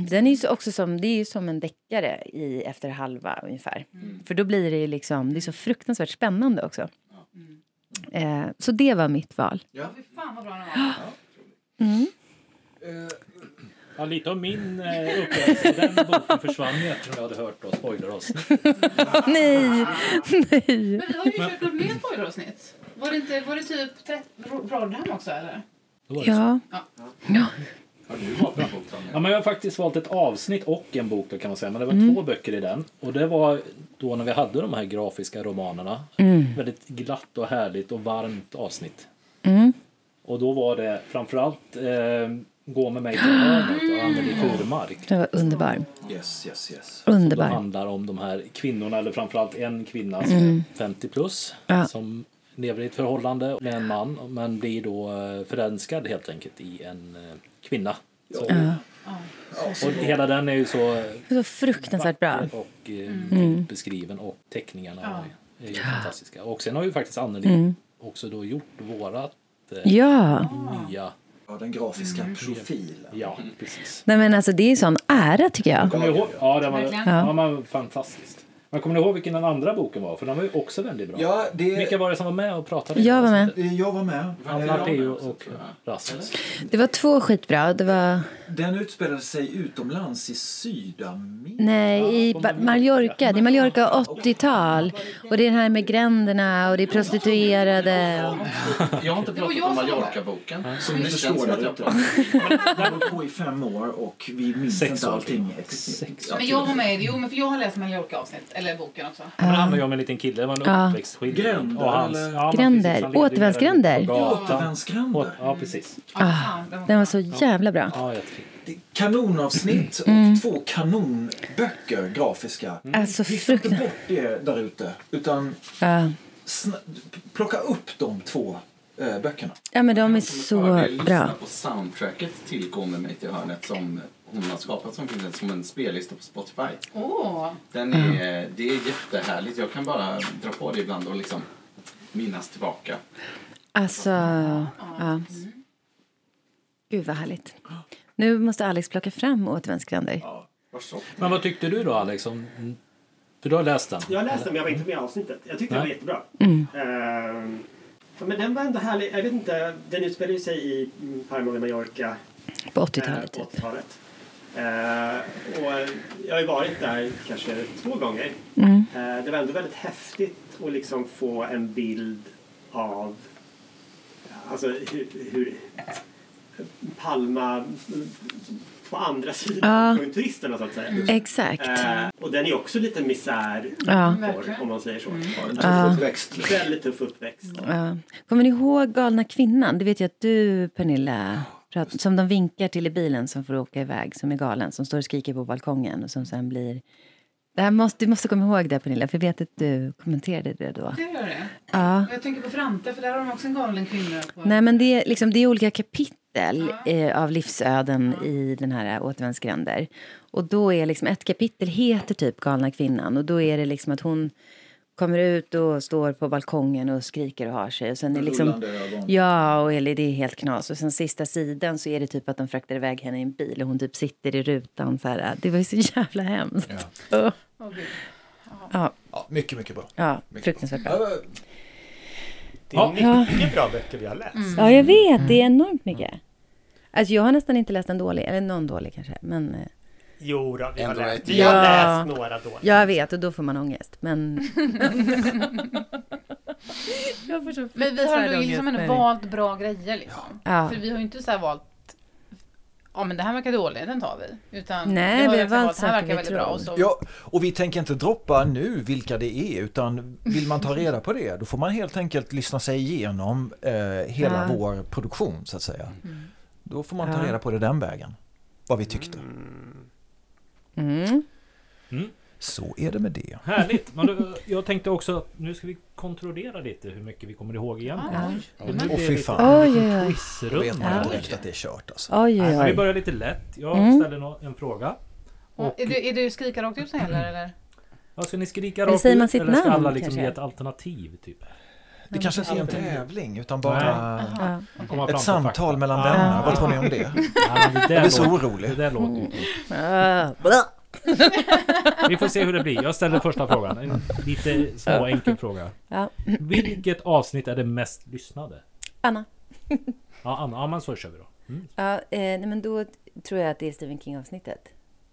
S3: den är ju så- också som, det är ju som en deckare i efter halva ungefär. För då blir det ju liksom, det är så fruktansvärt spännande också. Eh, så det var mitt val.
S9: Fy fan vad bra den var.
S4: Ja, lite av min eh, upplevelse på den boken försvann ju eftersom jag hade hört då spoileravsnitt.
S3: Nej! Nej!
S9: Men vi har ju kört något mer spoileravsnitt. Var det, inte, var det typ trett- Ro- Rodham också eller?
S4: Då var det så.
S3: Ja.
S9: Ja.
S3: ja.
S8: Har du valt en bok, Tanja?
S4: Ja, men jag har faktiskt valt ett avsnitt och en bok då kan man säga. Men det var två böcker i den. Och det var då när vi hade de här grafiska romanerna. Väldigt glatt och härligt och varmt avsnitt. Och då var det framförallt eh, Gå med mig till hörnet och Anneli Furmark.
S3: Den var underbar.
S5: Yes, yes, yes.
S4: Det
S3: Underbar.
S4: handlar om de här kvinnorna, eller framförallt en kvinna som är 50 plus
S3: Mm. Ja.
S4: som lever i ett förhållande med en man men blir då eh, förälskad helt enkelt i en eh, kvinna. Så, Och hela den är ju så eh,
S3: Det var så fruktansvärt bra.
S4: vacker och eh,
S3: Mm.
S4: fint beskriven och teckningarna är- är ju fantastiska. Och sen har ju faktiskt Anneli också då gjort vårat eh,
S3: Mm. Ja.
S4: nya...
S5: Ja, den grafiska
S8: Mm.
S5: profilen.
S4: Ja, precis.
S3: Nej, men alltså, det är ju sån ära, tycker jag.
S4: Kommer ni ihåg? Ja, den var,
S9: Verkligen.
S4: ja. den var fantastisk. Men kommer ni ihåg vilken den andra boken var? För den var ju också väldigt bra.
S5: Ja,
S4: Vilka
S5: det,
S4: var det som var med och pratade? i
S3: Jag var med.
S4: avsnittet?
S5: eh, jag var med.
S8: Anna
S5: Eh,
S4: Matteo
S8: också,
S4: och
S8: tror
S4: Rasmus.
S3: Det var två skitbra. Det var...
S5: Den utspelade sig utomlands i Sydamerika.
S3: Nej, i Ba- Mallorca. Det är Mallorca 80-tal. Och det är det här med gränderna och det är prostituerade.
S8: Jag har inte
S9: Det var
S8: pratat
S9: jag
S8: om
S9: som var där.
S8: Mallorca-boken. Så
S5: Vi
S8: det känns
S5: förstår
S8: som att
S5: det
S8: jag
S5: inte.
S8: pratar.
S5: Den har hållit på i fem år och vi minns
S4: Sex
S5: inte
S4: år.
S5: allting. Exakt.
S9: Men jag var med i det. Jo, men för jag har läst Mallorca-avsnitt. Eller boken också.
S4: Men det handlar ju om en liten kille. Det var
S3: Ja.
S4: en uppväxtskildring.
S5: Gränder,
S4: Och hans-
S5: eller?
S4: ja, men
S3: Gränder.
S4: precis, han levde ju
S3: Återvändsgränder.
S4: på gatan. Åt-
S5: Återvändsgränder.
S4: Ja, precis.
S9: Ja, fan, den var-
S3: Den var så jävla bra.
S4: Ja, jättefint.
S5: Det är Kanonavsnitt och två kanonböcker grafiska.
S3: Alltså,
S5: Vifta inte
S3: fruktansvärt.
S5: bort det där ute, utan
S3: Ja.
S5: sna- plocka upp de två eh, böckerna.
S3: ja, men de är
S8: Jag
S3: så
S8: vill
S3: bra.
S8: lyssna på soundtracket till Gå med mig till hörnet som hon har skapat som, finns som en spellista på Spotify.
S9: Åh!
S8: Den är, Det är jättehärligt. Jag kan bara dra på det ibland och liksom minnas tillbaka.
S3: Alltså, ja. Gud, vad härligt. Nu måste Alex plocka fram återvändsgränder.
S8: Varsågod.
S4: Men vad tyckte du då, Alex? Om... För du har läst den?
S7: Jag läste den men jag var inte med i avsnittet. Jag tyckte den var
S4: Nej.
S7: jättebra. Ehm, ja, men den var ändå härlig. Jag vet inte, den utspelar ju sig i mm, Palma de Mallorca
S3: På
S7: eh,
S3: 80-talet,
S7: på
S3: typ.
S7: 80-talet. Eh, och eh, jag har ju varit där kanske två gånger.
S3: Mm.
S7: Eh, det var ändå väldigt häftigt att liksom få en bild av alltså, hur, hur Palma mm, på andra sidan
S3: Ja.
S7: turisterna så att säga.
S3: Exakt.
S7: Eh, och den är också lite misär
S3: Ja.
S7: om man säger så.
S5: En
S13: Ah.
S5: tuff uppväxt.
S7: Väldigt tuff uppväxt.
S3: Ja. Kommer ni ihåg Galna kvinnan? Det vet jag att du, Pernilla, prat, som de vinkar till i bilen som får åka iväg, som är galen, som står och skriker på balkongen och som sen blir... Det här måste, du måste komma ihåg det, Pernilla, för jag vet att du kommenterade det då.
S9: Det gör det.
S3: Ja.
S9: Och jag tänker på Frante, för där har de också en galen kvinna. På.
S3: Nej, men det, är liksom, det är olika kapitel eh, av livsöden i den här Återvändsgränder. Och då är liksom, ett kapitel heter typ Galna kvinnan och då är det liksom att hon kommer ut och står på balkongen och skriker och har sig. Och sen är liksom,
S5: Rullande ögon.
S3: ja, och eller det är helt knas. Och sen sista sidan så är det typ att de fraktar iväg henne i en bil och hon typ sitter i rutan så här. Det var ju så jävla hemskt. Ja,
S9: Åh, gud.
S13: Ja, mycket, mycket bra.
S3: ja fruktansvärt bra.
S5: Ja,
S10: Det är mycket bra böcker vi har läst.
S3: Ja, jag vet. Det är enormt mycket. Alltså jag har nästan inte läst en dålig, eller någon dålig kanske, men... eh,
S10: Jo, då, vi, har
S8: Ändå
S10: läst,
S8: ett
S10: vi har
S3: ja.
S10: läst några då.
S3: Jag vet, och då får man ångest. Men... jag får så
S9: Men vi har ändå liksom ändå valt bra grejer liksom.
S3: Ja.
S9: För vi har ju inte så här valt Ja men det här verkar dåligt, den tar vi. Utan
S3: Nej,
S9: vi har,
S3: vi har
S9: verkligen
S3: valt
S9: det här
S3: saker vi
S9: verkar väldigt bra.
S3: tror.
S9: Och så,
S13: Ja, och vi tänker inte droppa nu vilka det är utan vill man ta reda på det då får man helt enkelt lyssna sig igenom eh,
S5: Ah.
S13: hela
S3: Ja.
S13: vår produktion så att säga.
S5: Mm.
S13: Då får man ta reda på det den vägen, vad vi tyckte.
S3: Mm.
S13: Så är det med det.
S4: Härligt! Men då, jag tänkte också att nu ska vi kontrollera lite hur mycket vi kommer ihåg egentligen.
S9: Ja.
S4: Det blir
S13: Åh fy
S4: lite
S13: fan,
S5: Ah.
S3: Oj, oj, oj.
S13: då vet
S4: Quizrunda.
S13: man
S4: här.
S13: direkt att det är kört alltså.
S3: Oj,
S4: Nej,
S3: oj,
S4: men Vi
S3: oj.
S4: börjar lite lätt. Jag
S3: Mm.
S4: ställer nå- en fråga.
S9: Ja, är, du, är du skrika rakt ut som gäller eller?
S4: Ja, ska ni skrika
S3: Eller
S4: rakt
S3: säger man
S4: ut
S3: sitt
S4: eller ska
S3: namn,
S4: alla liksom
S3: kanske?
S4: ge ett alternativ? Typ?
S13: Det kanske inte är en tävling utan bara
S3: Ja.
S4: Komma fram
S13: ett
S4: till
S13: samtal
S4: fakta.
S13: mellan
S4: Ja.
S13: vänner. Vad tror ni om det?
S4: Ja, det
S13: Jag
S4: där
S13: blir så
S4: låter-
S13: orolig.
S4: Det där låter ju inte
S3: Ah, bra.
S4: Vi får se hur det blir. Jag ställer första frågan. En lite små enkel fråga.
S3: Ja.
S4: Vilket avsnitt är det mest lyssnade?
S3: Anna.
S4: Ja, Anna, ja men så kör vi då. Mm.
S3: Ja, eh, nej, men då tror jag att det är Stephen King-avsnittet.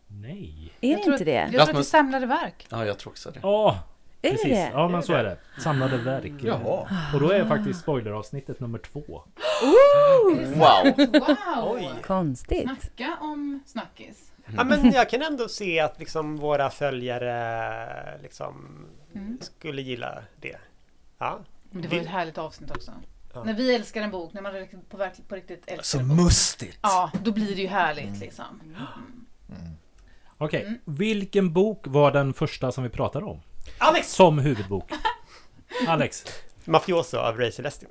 S4: Nej.
S3: Är
S9: Jag
S3: det
S9: tror-
S3: inte det?
S9: jag tror att det är samlade verk.
S8: Ja, jag tror också det.
S4: Ja,
S3: Är
S4: precis.
S3: det?
S4: Ja, men så är det. Samlade verk.
S8: Jaha.
S4: Och då är faktiskt spoileravsnittet nummer två.
S8: Wow!
S9: Wow!
S3: Konstigt.
S9: Snacka om snackis.
S10: Ja, men jag kan ändå se att liksom våra följare liksom
S9: Mm.
S10: skulle gilla det. Ja.
S9: Men det var ju ett härligt avsnitt också. När vi älskar en bok, när man är på, verk- på riktigt älskar
S5: Så
S9: en bok.
S5: mustigt.
S9: Ja, då blir det ju härligt liksom.
S4: Okej, vilken bok var den första som vi pratade om?
S10: Alex!
S4: Som huvudbok. Alex.
S10: Mafioso av Ray Celestin.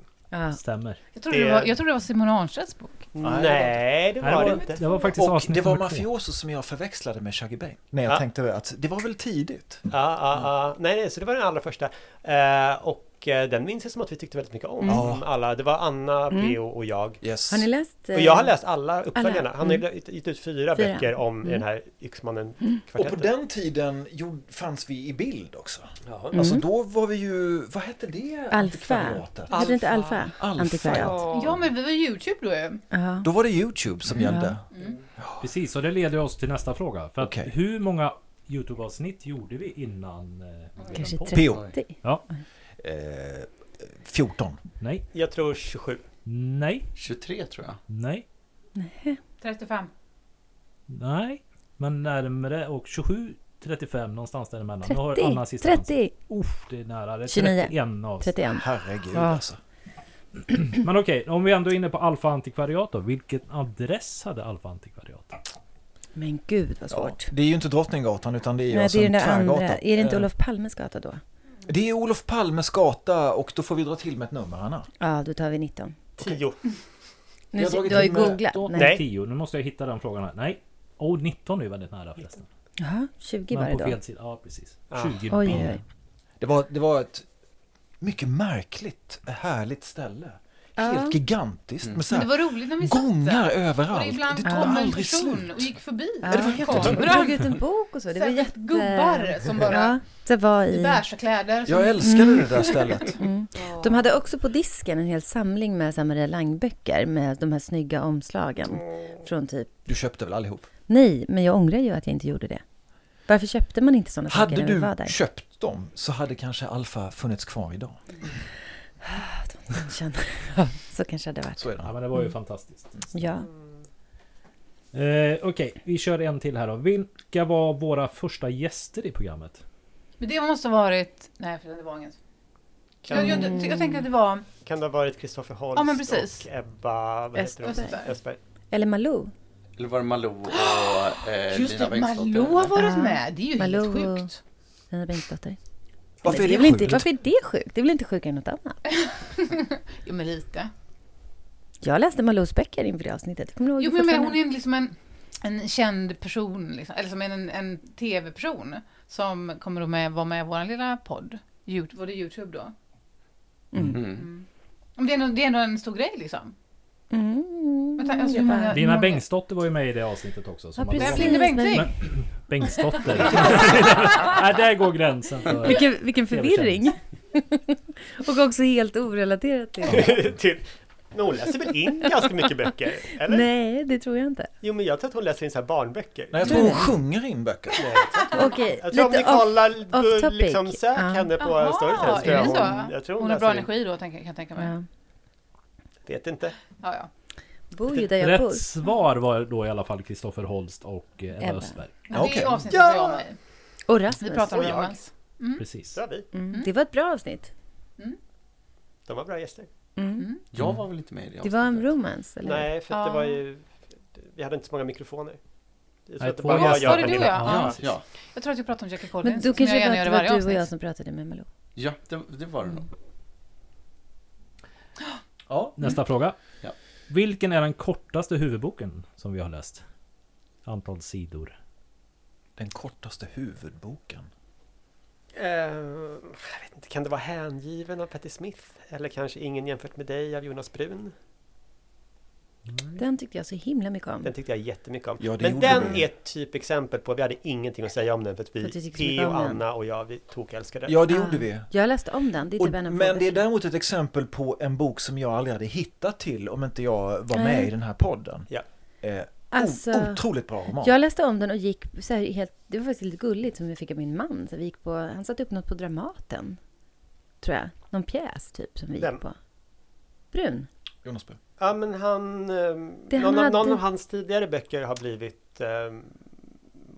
S4: Stämmer.
S9: Jag trodde det, var, jag trodde det var Simon Arnstedts bok.
S10: Nej, det var det inte.
S4: Det var faktiskt
S5: Och
S4: avsnitt
S5: det var
S4: nummer två.
S5: Mafioso som jag förväxlade med Shaggy Bane. När jag
S10: Ja.
S5: tänkte att det var väl tidigt?
S10: Ja, ja, ja. Nej, nej, så det var den allra första. Eh, och eh, den minns jag som att vi tyckte väldigt mycket om.
S3: Mm.
S10: om Alla. Det var Anna,
S3: Mm.
S10: P.O. och jag.
S5: Yes.
S3: Har ni läst? eh,
S10: Och jag har läst alla uppföljarna.
S3: alla?
S10: Han har ju
S3: Mm.
S10: gett- gett ut fyra,
S3: Fyra.
S10: böcker om
S3: Mm.
S10: den här
S5: Och på
S10: Yxmannen-kvartetten.
S5: den tiden gjord, fanns vi i bild också.
S10: Jaha.
S3: Mm.
S5: Alltså då var vi ju, vad hette det?
S3: Alfa.
S5: Antikvariatet?
S3: eh, Heter det inte
S10: Alfa.
S3: Alfa?
S5: Alfa,
S3: Antikvariat.
S9: Ja, men vi var ju Youtube då ju.
S3: Ja.
S5: Då var det Youtube som gällde.
S4: Precis, och det leder oss till nästa fråga. För att
S5: Okej.
S4: hur många YouTube-avsnitt gjorde vi innan... eh,
S3: Kanske
S4: podden?
S3: 30?
S4: Ja.
S5: Eh, 14.
S4: Nej.
S10: Jag tror 27.
S4: Nej.
S8: 23 tror jag.
S4: Nej.
S9: 35.
S4: Nej. Men närmare och 27, 35 någonstans däremellan. Nu har
S3: 30?
S4: Anna sista chansen.
S3: 30?
S4: Uff, det är nära. Det är
S3: 29.
S4: 31 avsnitt.
S3: 31?
S5: Herregud
S3: Ja.
S5: alltså.
S4: Men okej, om vi ändå är inne på Alfa Antikvariat då. Vilken adress hade Alfa Antikvariat?
S3: Men gud vad svårt.
S5: Det är ju inte Drottninggatan utan det är ju
S3: Nej,
S5: alltså
S3: det är den
S5: en
S3: där
S5: tvärgata.
S3: andra. Är det inte
S5: Eh,
S3: Olof Palmes gata då?
S5: Det är Olof Palmes gata och då får vi dra till med ett nummer Anna.
S3: Ja, då tar vi 19.
S10: 10.
S3: Nu,
S5: Jag har
S3: ser-
S5: dragit
S3: du har ju
S5: till med
S3: googlat.
S4: Då-
S3: Nej.
S4: 10. Nu måste jag hitta den frågan här. Nej. Oh, 19 är ju väldigt nära förresten.
S3: Jaha, 20 var
S4: Men
S3: det
S4: på
S3: då.
S4: fel sida. Ja, precis.
S10: Ja.
S4: 20
S3: Oj,
S4: bilar.
S3: oj, oj.
S5: Det var, det var ett mycket märkligt, härligt ställe. Helt
S3: Ja.
S5: gigantiskt med så
S9: Men det
S5: här
S9: var roligt när vi satt
S5: gångar
S9: där. Och
S5: överallt.
S9: det ibland
S5: tog
S9: kom en
S5: aldrig
S9: person
S5: slut.
S9: och gick förbi
S3: Ja,
S5: det var helt
S3: de
S9: kameran.
S3: drog ut en bok och så. Det var
S9: Särskilt
S3: jätte...
S9: gubbar som bara-
S3: Ja, det var
S9: I
S3: i...
S9: bärskläder. som-
S5: Jag älskade det där stället.
S3: Mm. De hade också på disken en hel samling med så här Maria Lang-böcker med de här snygga omslagen. Från typ...
S5: Du köpte väl allihop?
S3: Nej, men jag ångrar ju att jag inte gjorde det. Varför köpte man inte sådana saker
S5: Hade
S3: när vi var
S5: du
S3: där?
S5: köpt dem så hade kanske Alfa funnits kvar idag.
S3: Känner- Ja, så kanske det hade varit.
S5: Så är det.
S4: Ja, men det var ju fantastiskt.
S3: Ja.
S4: Eh, Okej, vi kör en till här då. Vilka var våra första gäster i programmet?
S9: Men det måste ha varit... Nej, för det var inget. Jag, jag, jag, tänker att det var...
S10: Kan det ha varit Kristoffer Holst
S9: Ja, men precis.
S10: och Ebba vad heter
S9: Östberg.
S10: hon? Östberg.
S3: Eller Malou.
S8: Eller var det Malou och eh,
S9: Just
S8: Lina
S9: det,
S8: Bengtsdotter?
S9: Malou har varit
S3: Ja.
S9: med. Det är ju
S3: Malou
S9: helt sjukt.
S3: Lina Bengtsdotter.
S5: Varför är
S3: det
S5: det
S3: väl inte,
S5: sjukt?
S3: varför är det sjukt? Det är väl inte sjukare än något annat?
S9: Jo, men lite.
S3: Jag läste Malous böcker inför det avsnittet. Kommer du ihåg
S9: Jo,
S3: det
S9: men, men
S3: fortfarande?
S9: hon är liksom en, en känd person, liksom, eller som en, en, en tv-person som kommer att med, vara med i vår lilla podd. Youtube, var det Youtube då?
S8: Mm.
S9: Men Det är, nog- det är ändå en stor grej liksom.
S3: Mm,
S9: Men ta- alltså,
S3: jag
S9: hur
S3: bara-
S9: många-
S4: Lina
S9: många-
S4: Bengtsdotter var ju med i det avsnittet också.
S3: Ja,
S4: Som hade
S3: precis.
S4: varit-
S9: Linda Bengtzing.
S3: Men-
S4: Bengtsdotter. Nej, där går gränsen. För...
S3: Vilken, vilken förvirring. Och också helt orelaterat till det.
S10: Till- Typ. Men hon läser väl in ganska mycket böcker? Eller?
S3: Nej, det tror jag inte.
S10: Jo, men jag tror att hon läser in så här barnböcker.
S5: Nej, jag tror hon sjunger in böcker.
S10: Nej, jag tror inte.
S3: Okej,
S10: Jag tror om ni
S3: lite off.
S10: kollar,
S3: off
S10: du
S3: topic.
S10: liksom sök
S3: Ja.
S10: henne på
S9: Jaha,
S10: Storytel. tror
S9: är
S10: jag
S9: det så?
S10: Hon, jag tror
S9: Hon har bra
S10: läser in.
S9: energi då, tänker, kan jag tänka mig. Ja.
S3: Ja.
S10: Vet inte.
S9: Ja,
S3: Bor ju där jag bor.
S4: Rätt svar var då i alla fall Kristoffer Holst och eh, Ebba
S3: Ebba.
S4: Östberg.
S9: Men Det
S5: Okej.
S9: är avsnittet ja. jag och mig.
S3: Och
S9: Vi
S3: Rasmus.
S9: pratar om
S10: Och jag.
S9: romance.
S4: Precis.
S10: Så har vi.
S3: Mm. Det var ett bra avsnitt.
S10: De var bra gäster.
S8: Jag var väl inte med i det
S3: Det var en
S8: avsnittet?
S3: romance, eller hur?
S10: Nej, för att det var ju... Vi hade inte så många mikrofoner. Jag
S4: Nej,
S10: tror att det
S4: två
S10: bara var
S4: gäster.
S10: jag och
S9: Var det du och
S10: Pernilla.
S9: jag?
S8: Ja,
S9: Ja.
S8: ja.
S9: Jag tror att jag pratar om Jackie Collins.
S3: Men då
S9: som
S3: kanske
S9: jag
S3: det
S9: gärna
S3: var,
S9: gör
S3: det
S9: i varje
S3: var du och jag
S9: avsnitt.
S3: som pratade med Malou.
S8: ja det, det var det nog.
S5: Ja.
S4: Nästa fråga.
S8: Ja.
S4: Vilken är den kortaste huvudboken som vi har läst? Antal sidor.
S5: Den kortaste huvudboken.
S10: Eh, jag vet inte, kan det vara Hängiven av Patti Smith? Eller kanske Ingen jämfört med dig av Jonas Brun?
S3: Den tyckte jag så himla mycket om.
S10: Den tyckte jag jättemycket om.
S5: Ja, det
S10: Men
S5: gjorde
S10: den
S5: du.
S10: är ett typexempel på, vi hade ingenting att säga om den för att
S3: För att vi
S10: vi,
S3: tyckte så mycket
S10: Theo,
S3: om den.
S10: Anna och jag, vi tokälskade.
S5: Ja, det
S3: Ah.
S5: gjorde vi.
S3: Jag läste om den, det är
S5: Och,
S3: typ en av
S5: men det är
S3: favoriterna.
S5: däremot ett exempel på en bok som jag aldrig hade hittat till om inte jag var med
S3: Nej.
S5: i den här podden.
S10: Ja.
S5: Eh,
S3: Alltså,
S13: Otroligt bra roman.
S3: Jag läste om den och gick så här helt... Det var faktiskt lite gulligt som jag fick av min man. Så vi gick på, han satte upp något på Dramaten, tror jag. Någon pjäs typ som vi
S10: Vem?
S3: gick på. Brun.
S13: Jonas Bö.
S10: Ja men han... ehm,
S3: Det
S10: någon,
S3: han
S10: av, någon
S3: hade-
S10: av hans tidigare böcker har blivit ehm,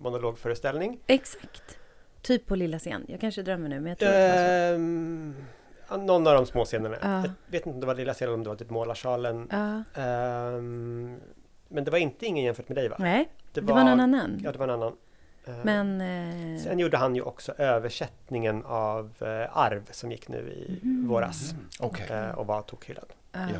S10: monologföreställning.
S3: Exakt. Typ på lilla scen. Jag kanske drömmer nu, men jag tror att det var så.
S10: Ehm, ja, någon av de små scenerna.
S3: Ja.
S10: Jag vet inte om det var lilla scenen eller om det var typ målarsalen.
S3: Ja.
S10: Ehm, men det var inte ingen jämfört med dig va?
S3: Nej, det var någon annan.
S10: Ja, det var en annan. Ehm,
S3: Men... Eh,
S10: Sen gjorde han ju också översättningen av eh, Arv som gick nu i
S3: Mhm.
S10: våras.
S13: Okej.
S4: Mm.
S10: Eh, och var tokhyllad. Eh,
S3: ja.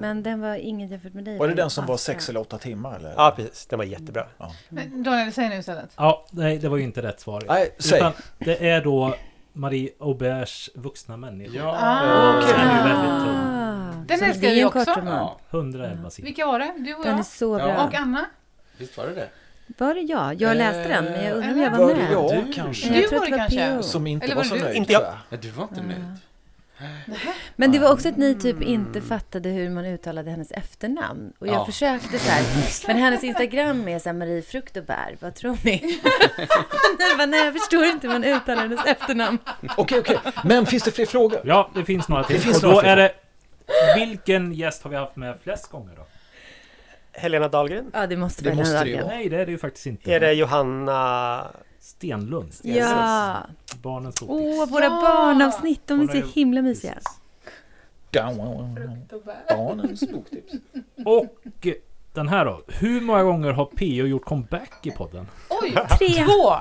S3: Men den var ingen jämfört med dig.
S13: Var det
S3: va?
S13: den som var sex
S3: Alltså.
S13: eller åtta timmar? Eller?
S10: Ja, precis. Den var jättebra.
S9: Men Daniel, säg nu istället.
S4: Ja, nej, det var ju inte rätt svar.
S13: Nej, säg.
S4: det är då Marie Auberges Vuxna människor.
S8: Ja.
S9: Ah.
S4: Den är ju väldigt tung.
S3: Ah,
S9: Den
S3: så
S9: älskar
S3: det är
S9: vi
S3: en
S9: också.
S3: kort roman.
S8: Ja,
S4: 111 sidor.
S9: Vilka var det? Du och
S3: Den är
S9: jag?
S3: så
S8: Ja.
S3: bra.
S9: Och Anna?
S8: visst var det det?
S3: Var det jag? Jag läste den, men jag undrar om jag
S13: Var
S3: var
S13: det
S3: med.
S13: jag
S8: Du.
S13: kanske?
S3: Men jag
S9: Eh, Du
S3: tror
S9: var
S3: att
S9: det
S3: var
S9: kanske.
S3: PO.
S13: Som inte
S9: Eller
S13: var
S9: var
S13: så
S9: det du?
S13: nöjd
S10: Inte jag.
S13: tror
S8: Ja, du var inte nöjd.
S3: Men det var också att ni typ inte fattade hur man uttalade hennes efternamn. Och jag
S8: Ja.
S3: försökte så här, men hennes Instagram är så här Marie Frukt och Bär, vad tror ni? Nej, bara, nej, jag förstår inte hur man uttalar hennes efternamn.
S13: jag. Okej, okej. Men finns det fler frågor?
S4: Ja, det finns några till.
S13: Det finns
S4: och då
S13: några till.
S4: är det... Vilken gäst har vi haft med flest gånger då?
S10: Helena Dahlgren.
S3: Ja, det måste
S8: Det
S3: vara
S8: måste
S3: den
S8: det ju
S3: dagen.
S8: vara.
S4: Nej, det är det ju faktiskt inte.
S10: Är det Johanna...
S4: Stenlund.
S3: Ja. Oh,
S4: Barnens bok.
S3: Åh, våra barnavsnitt, de är
S4: Hon har
S3: så
S4: ju-
S3: himla mysiga.
S13: Barnens boktips.
S4: Och den här då. Hur många gånger har PO gjort comeback i podden?
S9: Oj!
S3: Tre.
S9: Två!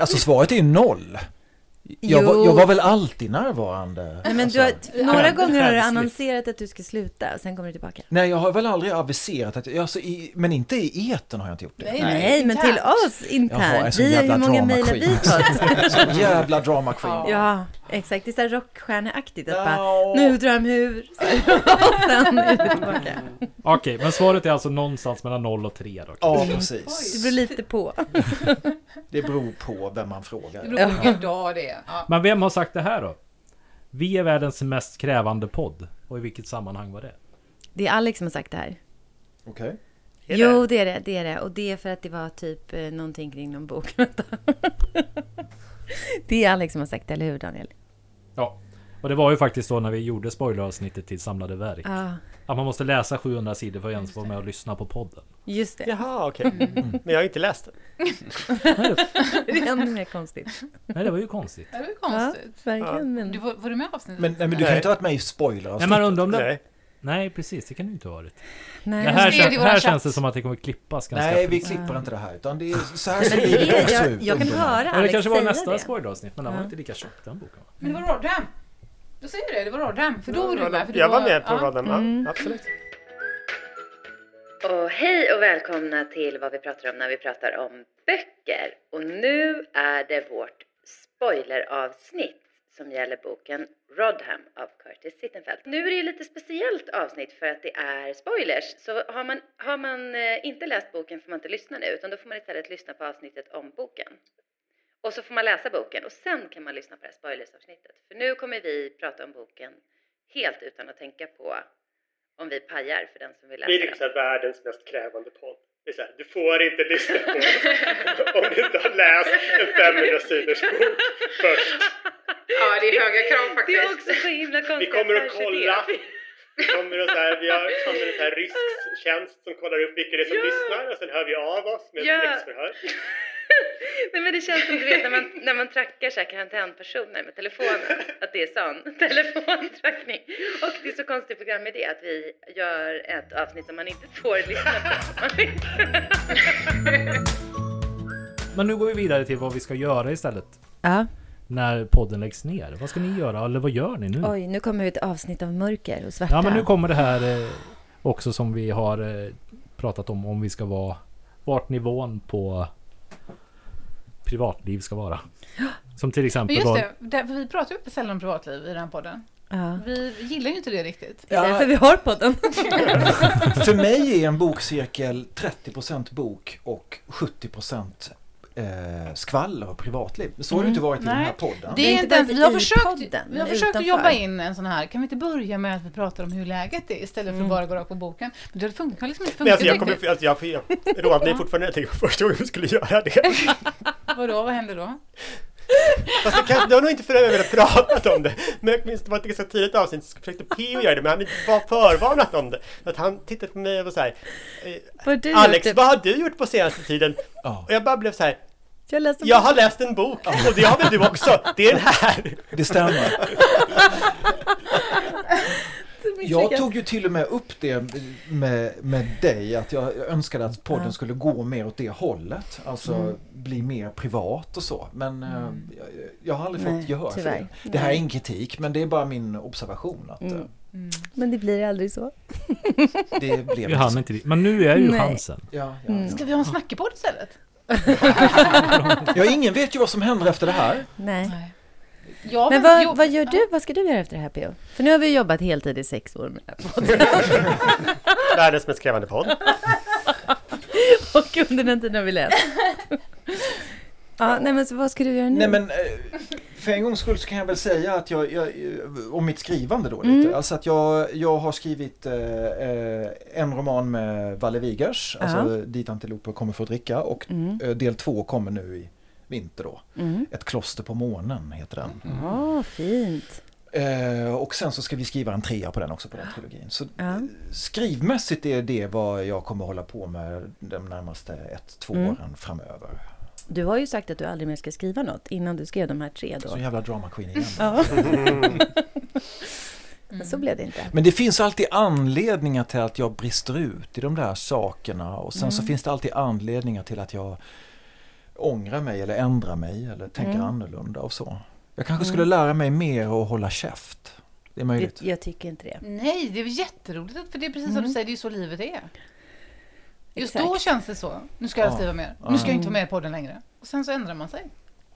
S13: Alltså svaret är ju noll. Jag var,
S3: Jo.
S13: jag var väl alltid närvarande.
S3: Nej, men du
S13: alltså.
S3: har, några gånger har du
S4: Skämsligt.
S3: annonserat att du ska sluta, och sen kommer du tillbaka.
S13: Nej, jag har väl aldrig aviserat att, alltså, i, men inte i etern har jag inte gjort det.
S3: Nej, men till oss
S13: Jaha, jag är
S3: internt.
S13: så
S3: Vi har
S13: jävla
S3: hur många
S13: drama
S3: mejl har vi
S13: queen.
S3: fått?
S13: Så jävla drama queen.
S3: Ja, exakt. Det är så här rockstjärneaktigt att
S13: Ja.
S3: bara, nu drar de ur. Så här, och sen är det tillbaka.
S4: Okej, men svaret är alltså någonstans mellan 0 och 3 då.
S13: Ja,
S3: Det
S13: precis.
S3: beror lite på.
S13: Det beror på vem man frågar.
S9: Det beror på vilken dag det är. Ja.
S4: Men vem har sagt det här då? Vi är världens mest krävande podd. Och i vilket sammanhang var det?
S3: Det är Alex som har sagt det här.
S13: Okej.
S10: Är
S3: Jo, det är det, det är det. Och det är för att det var typ eh, någonting kring någon bok. Vänta. Det är Alex som har sagt det, eller hur Daniel?
S4: Ja. Och det var ju faktiskt då när vi gjorde spoileravsnittet till Samlade verk.
S3: Ja,
S4: Att man måste läsa 700 sidor för att ens vara med och lyssna på podden.
S3: just det.
S10: Jaha, okej. Mm. Men jag har ju inte läst den.
S3: Det är ännu mer konstigt.
S4: Nej, det var ju konstigt.
S9: Det var ju
S3: Ja,
S9: konstigt.
S3: verkligen.
S9: Du,
S3: Men...
S9: var, var du med i avsnittet?
S13: Men, nej, men du kan ju inte ha varit med i spoiler.
S4: Nej, man undrar om det...
S10: Nej.
S4: Nej, precis. Det kan det ju inte ha varit.
S3: Nej.
S4: Det här,
S9: skrev det i
S4: kän-
S9: våran
S4: här
S9: chatt.
S4: känns det som att det kommer klippas ganska
S13: Nej, vi
S4: friskt.
S13: klipper inte det här. Utan det är så här
S3: Men
S13: ser
S3: det är,
S13: livet
S3: det.
S13: också
S3: jag,
S13: ut.
S3: jag kan
S13: ungdomar.
S3: höra
S4: Ja, det
S3: Alex
S4: kanske var
S3: säga
S4: nästa
S3: det.
S4: spoileravsnitt, men den var
S3: Ja.
S4: inte lika tjock den boken. va?
S9: Men det var Rodham. Då säger du det, det var Rodham. För då var du med. För du
S10: Jag var med på
S9: ja.
S10: raden, ja. Absolut.
S3: Och hej och välkomna till vad vi pratar om när vi pratar om böcker. Och nu är det vårt spoileravsnitt som gäller boken Rodham av Curtis Sittenfeld. Nu är det ju lite speciellt avsnitt för att det är spoilers. Så har man, har man eh, inte läst boken får man inte lyssna nu utan då får man istället lyssna på avsnittet om boken. Och så får man läsa boken och sen kan man lyssna på det här spoilersavsnittet. För nu kommer vi prata om boken helt utan att tänka på om vi pajar för den som vill läsa
S10: Vi är liksom
S3: den.
S10: så här världens mest krävande podd. Det är så här, du får inte lyssna på oss om du inte har läst en 500 sidors bok först.
S9: Ja, det är höga krav faktiskt.
S3: Det är också så himla
S10: Vi
S3: konstigt.
S10: kommer att
S3: kanske
S10: kolla.
S3: det.
S10: Vi, kommer att så här, vi har använder så här rysk tjänst som kollar upp vilka det är som lyssnar och sen hör vi av oss med
S3: Ja.
S10: ett läxförhör.
S3: Nej men det känns som du vet när man, när man trackar så här karantänpersoner med telefonen. Att det är sån telefontrackning. Och det är så konstigt program med det att vi gör ett avsnitt som man inte får lyssna på.
S4: Men nu går vi vidare till vad vi ska göra istället.
S3: Ja,
S4: När podden läggs ner. Vad ska ni göra? Eller vad gör ni nu?
S3: oj nu kommer ett avsnitt av mörker och svarta.
S4: Ja, men nu kommer det här eh, också som vi har eh, pratat om. Om vi ska vara... Vart nivån på privatliv ska vara. Som till
S9: Men
S4: exempel...
S9: just
S4: var-
S9: det, där, för vi pratar ju sällan om privatliv i den här podden.
S3: Ja.
S9: Vi gillar ju inte det riktigt.
S3: Det är därför vi har podden.
S13: För mig är en bokcirkel 30% bok och 70%
S5: eh, skvaller och privatliv. Så har
S3: Mm.
S5: det inte varit i den här podden.
S9: Det är inte ens, vi har försökt,
S3: podden,
S9: vi
S3: men
S9: har försökt att
S3: utanför.
S9: jobba in en sån här, kan vi inte börja med att vi pratar om hur läget är istället
S3: Mm.
S9: för att bara gå rakt på boken? Men det funkar, har liksom inte funkat
S10: Nej, alltså jag
S9: riktigt.
S10: kommer... Alltså jag, jag, Roland, det är fortfarande jag tänker på första gången vi skulle göra det.
S9: Vadå, vad händer då?
S10: Fast det, kanske, det var nog inte förrän vi hade pratat om det. Men jag minns det var ett ganska tidigt avsnitt så försökte P.O. göra det, men han hade inte var förvarnat om det. Så att han tittade på mig och var så här. eh,
S3: Vad har du
S10: Alex,
S3: gjort?
S10: vad har du gjort på senaste tiden? Och jag bara blev så här.
S3: Jag, läste
S10: Jag har läst en bok och det har väl du också? Det är den här!
S5: Det stämmer. Jag tog ju till och med upp det med, med dig, att jag önskade att podden
S3: Ja.
S5: skulle gå mer åt det hållet. Alltså
S3: Mm.
S5: bli mer privat och så. Men eh, jag, jag har aldrig
S3: Nej,
S5: fått gehör för
S3: tyvärr.
S5: det. Det här är
S3: Nej. Mm.
S5: ingen kritik, men det är bara min observation. Att, eh,
S3: Men det blir aldrig så.
S5: Det blev liksom-
S4: Vi hann inte dit. Men nu är ju
S3: Nej.
S4: chansen.
S5: Ja,
S3: Mm.
S9: Ska vi ha en snackepodd istället?
S5: ja, ingen vet ju vad som händer efter det här.
S3: Nej.
S9: Ja,
S3: men
S9: men
S3: vad,
S9: jo-
S3: vad gör du? Vad ska du göra efter det här, P.O.? För nu har vi jobbat heltid i sex år med det här podden.
S10: Världens mest krävande podd.
S3: Och under den tiden har vi läst. Ja, nej men så vad ska du göra nu?
S5: Nej men eh, för en gångs skull så kan jag väl säga att jag, jag eh, om mitt skrivande då lite.
S3: Mm.
S5: Alltså att jag, jag har skrivit eh, eh, en roman med Valle Wigers, alltså
S3: Ja.
S5: Dit antiloper kommer för att dricka och
S3: Mm.
S5: eh, del två kommer nu i vinter då.
S3: Mm.
S5: Ett kloster på månen heter den.
S3: Ja, fint.
S5: Eh, och sen så ska vi skriva en trea på den också på den trilogin. Så
S3: Ja.
S5: skrivmässigt är det vad jag kommer hålla på med de närmaste ett, två
S3: Mm.
S5: åren framöver.
S3: Du har ju sagt att du aldrig mer ska skriva något innan du skrev de här tre då.
S5: Så jävla drama queen igen.
S3: Ja. Men så blev det inte.
S5: Men det finns alltid anledningar till att jag brister ut i de där sakerna och sen så
S3: Mm.
S5: finns det alltid anledningar till att jag ångrar mig eller ändrar mig eller tänker
S3: Mm.
S5: annorlunda och så. Jag kanske
S3: Mm.
S5: skulle lära mig mer att hålla käft. Det är möjligt.
S3: Det, jag tycker inte det.
S9: Nej, det är väl jätteroligt, att- för det är precis som du säger, det är ju så livet är. Just då
S3: Mm. Exakt.
S9: känns det så. Nu ska jag
S5: Ja.
S9: skriva mer.
S5: Ja.
S9: Nu ska jag inte vara med i podden längre. Och sen så ändrar man sig.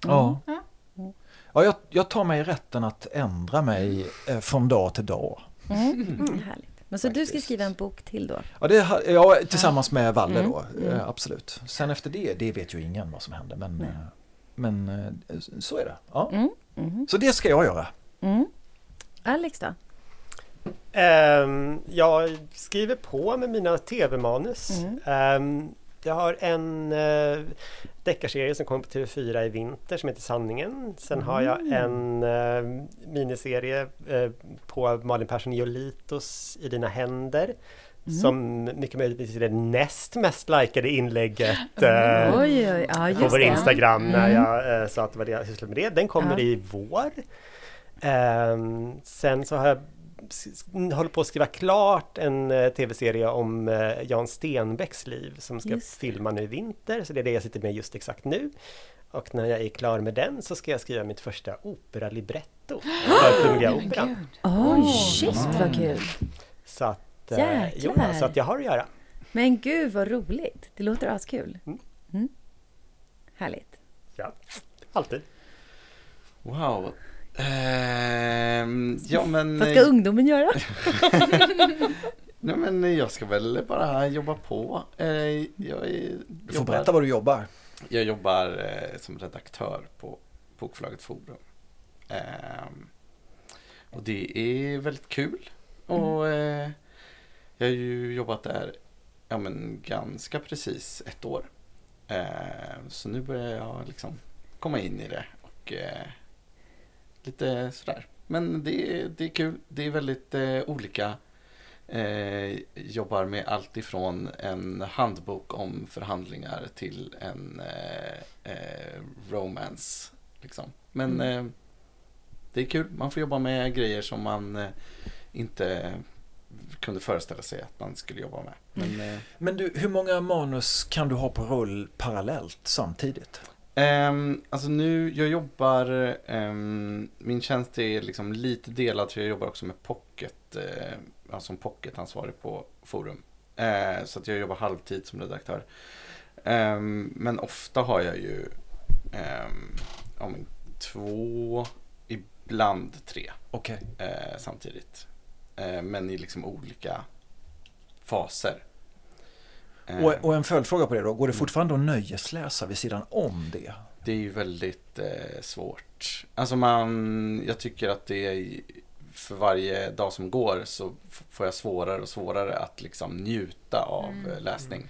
S5: Ja.
S3: Mm.
S9: Ja.
S5: Ja, jag, jag tar mig rätten att ändra mig eh, från dag till dag.
S3: Mm. Härligt. Men så du ska skriva en bok till då?
S5: Ja, det, ha- ja, tillsammans med Valle
S3: Mm.
S5: då, eh,
S3: Mm.
S5: absolut. Sen efter det, det vet ju ingen vad som händer men,
S3: Nej.
S5: eh, men eh, så är det. Ja.
S3: Mm. Mm.
S5: Så det ska jag göra.
S3: Mm. Alex då?
S10: Ehm, jag skriver på med mina tv-manus.
S3: Mm.
S10: Ehm, jag har en uh, deckarserie som kommer på TV4 i vinter som heter Sanningen. Sen har
S3: Mm.
S10: jag en eh, miniserie eh, på Malin Persson Giolitos I dina händer.
S3: Mm.
S10: Som mycket möjligtvis är det näst mest likade inlägget eh,
S3: Oj, oj, oj. Ja,
S10: på
S3: just
S10: vår
S3: det.
S10: Instagram när
S3: Mm.
S10: jag eh, sa att det var det jag sysslade med det. Den kommer
S3: Ja.
S10: i vår. Ehm, sen så har jag s- s- håller på att skriva klart en eh, tv-serie om eh, Jan Stenbecks liv som ska
S3: Just
S10: filma nu i vinter, så det är det jag sitter med just exakt nu. Och när jag är klar med den så ska jag skriva mitt första operalibretto för Kungliga
S9: Men
S10: Operan.
S9: gud.
S3: Oj, shit vad kul.
S10: Så att, eh, jo,
S3: Jäklar.
S10: så att jag har att göra.
S3: Men gud vad roligt. Det låter askul. Mm. Härligt.
S10: Ja, alltid.
S8: Wow. Ehm, ja men...
S3: Vad ska ungdomen göra?
S8: Nej men jag ska väl bara jobba på. Eh, jag är,
S5: Du får berätta var du jobbar.
S8: Jag jobbar eh, som redaktör på bokförlaget Forum. Ehm, och det är väldigt kul. Och eh, jag har ju jobbat där ja, men ganska precis ett år. Ehm, så nu börjar jag liksom komma in i det. Och eh, lite sådär. Men det, är- det är kul. Det är väldigt eh, olika. Eh, jobbar med allt ifrån en handbok om förhandlingar till en eh, eh, romance. Liksom. Men eh, det är kul. Man får jobba med grejer som man eh, inte kunde föreställa sig att man skulle jobba med. Men, eh,
S5: Men du, hur många manus kan du ha på rull parallellt samtidigt?
S8: Ehm, alltså nu, jag jobbar, Eh, ehm, min tjänst är liksom lite delad för jag jobbar också med pocket, eh, ja, som pocketansvarig på forum. Eh, så att jag jobbar halvtid som redaktör. Ehm, men ofta har jag ju ehm, ja, men två, ibland tre
S5: Okej.
S8: eh, samtidigt. Eh, men i liksom olika faser.
S5: Och, och en följdfråga på det då, går det fortfarande att nöjesläsa vid sidan om det?
S8: Det är ju väldigt eh, svårt. Alltså man, jag tycker att det är, för varje dag som går så f- får jag svårare och svårare att liksom njuta av eh, läsning.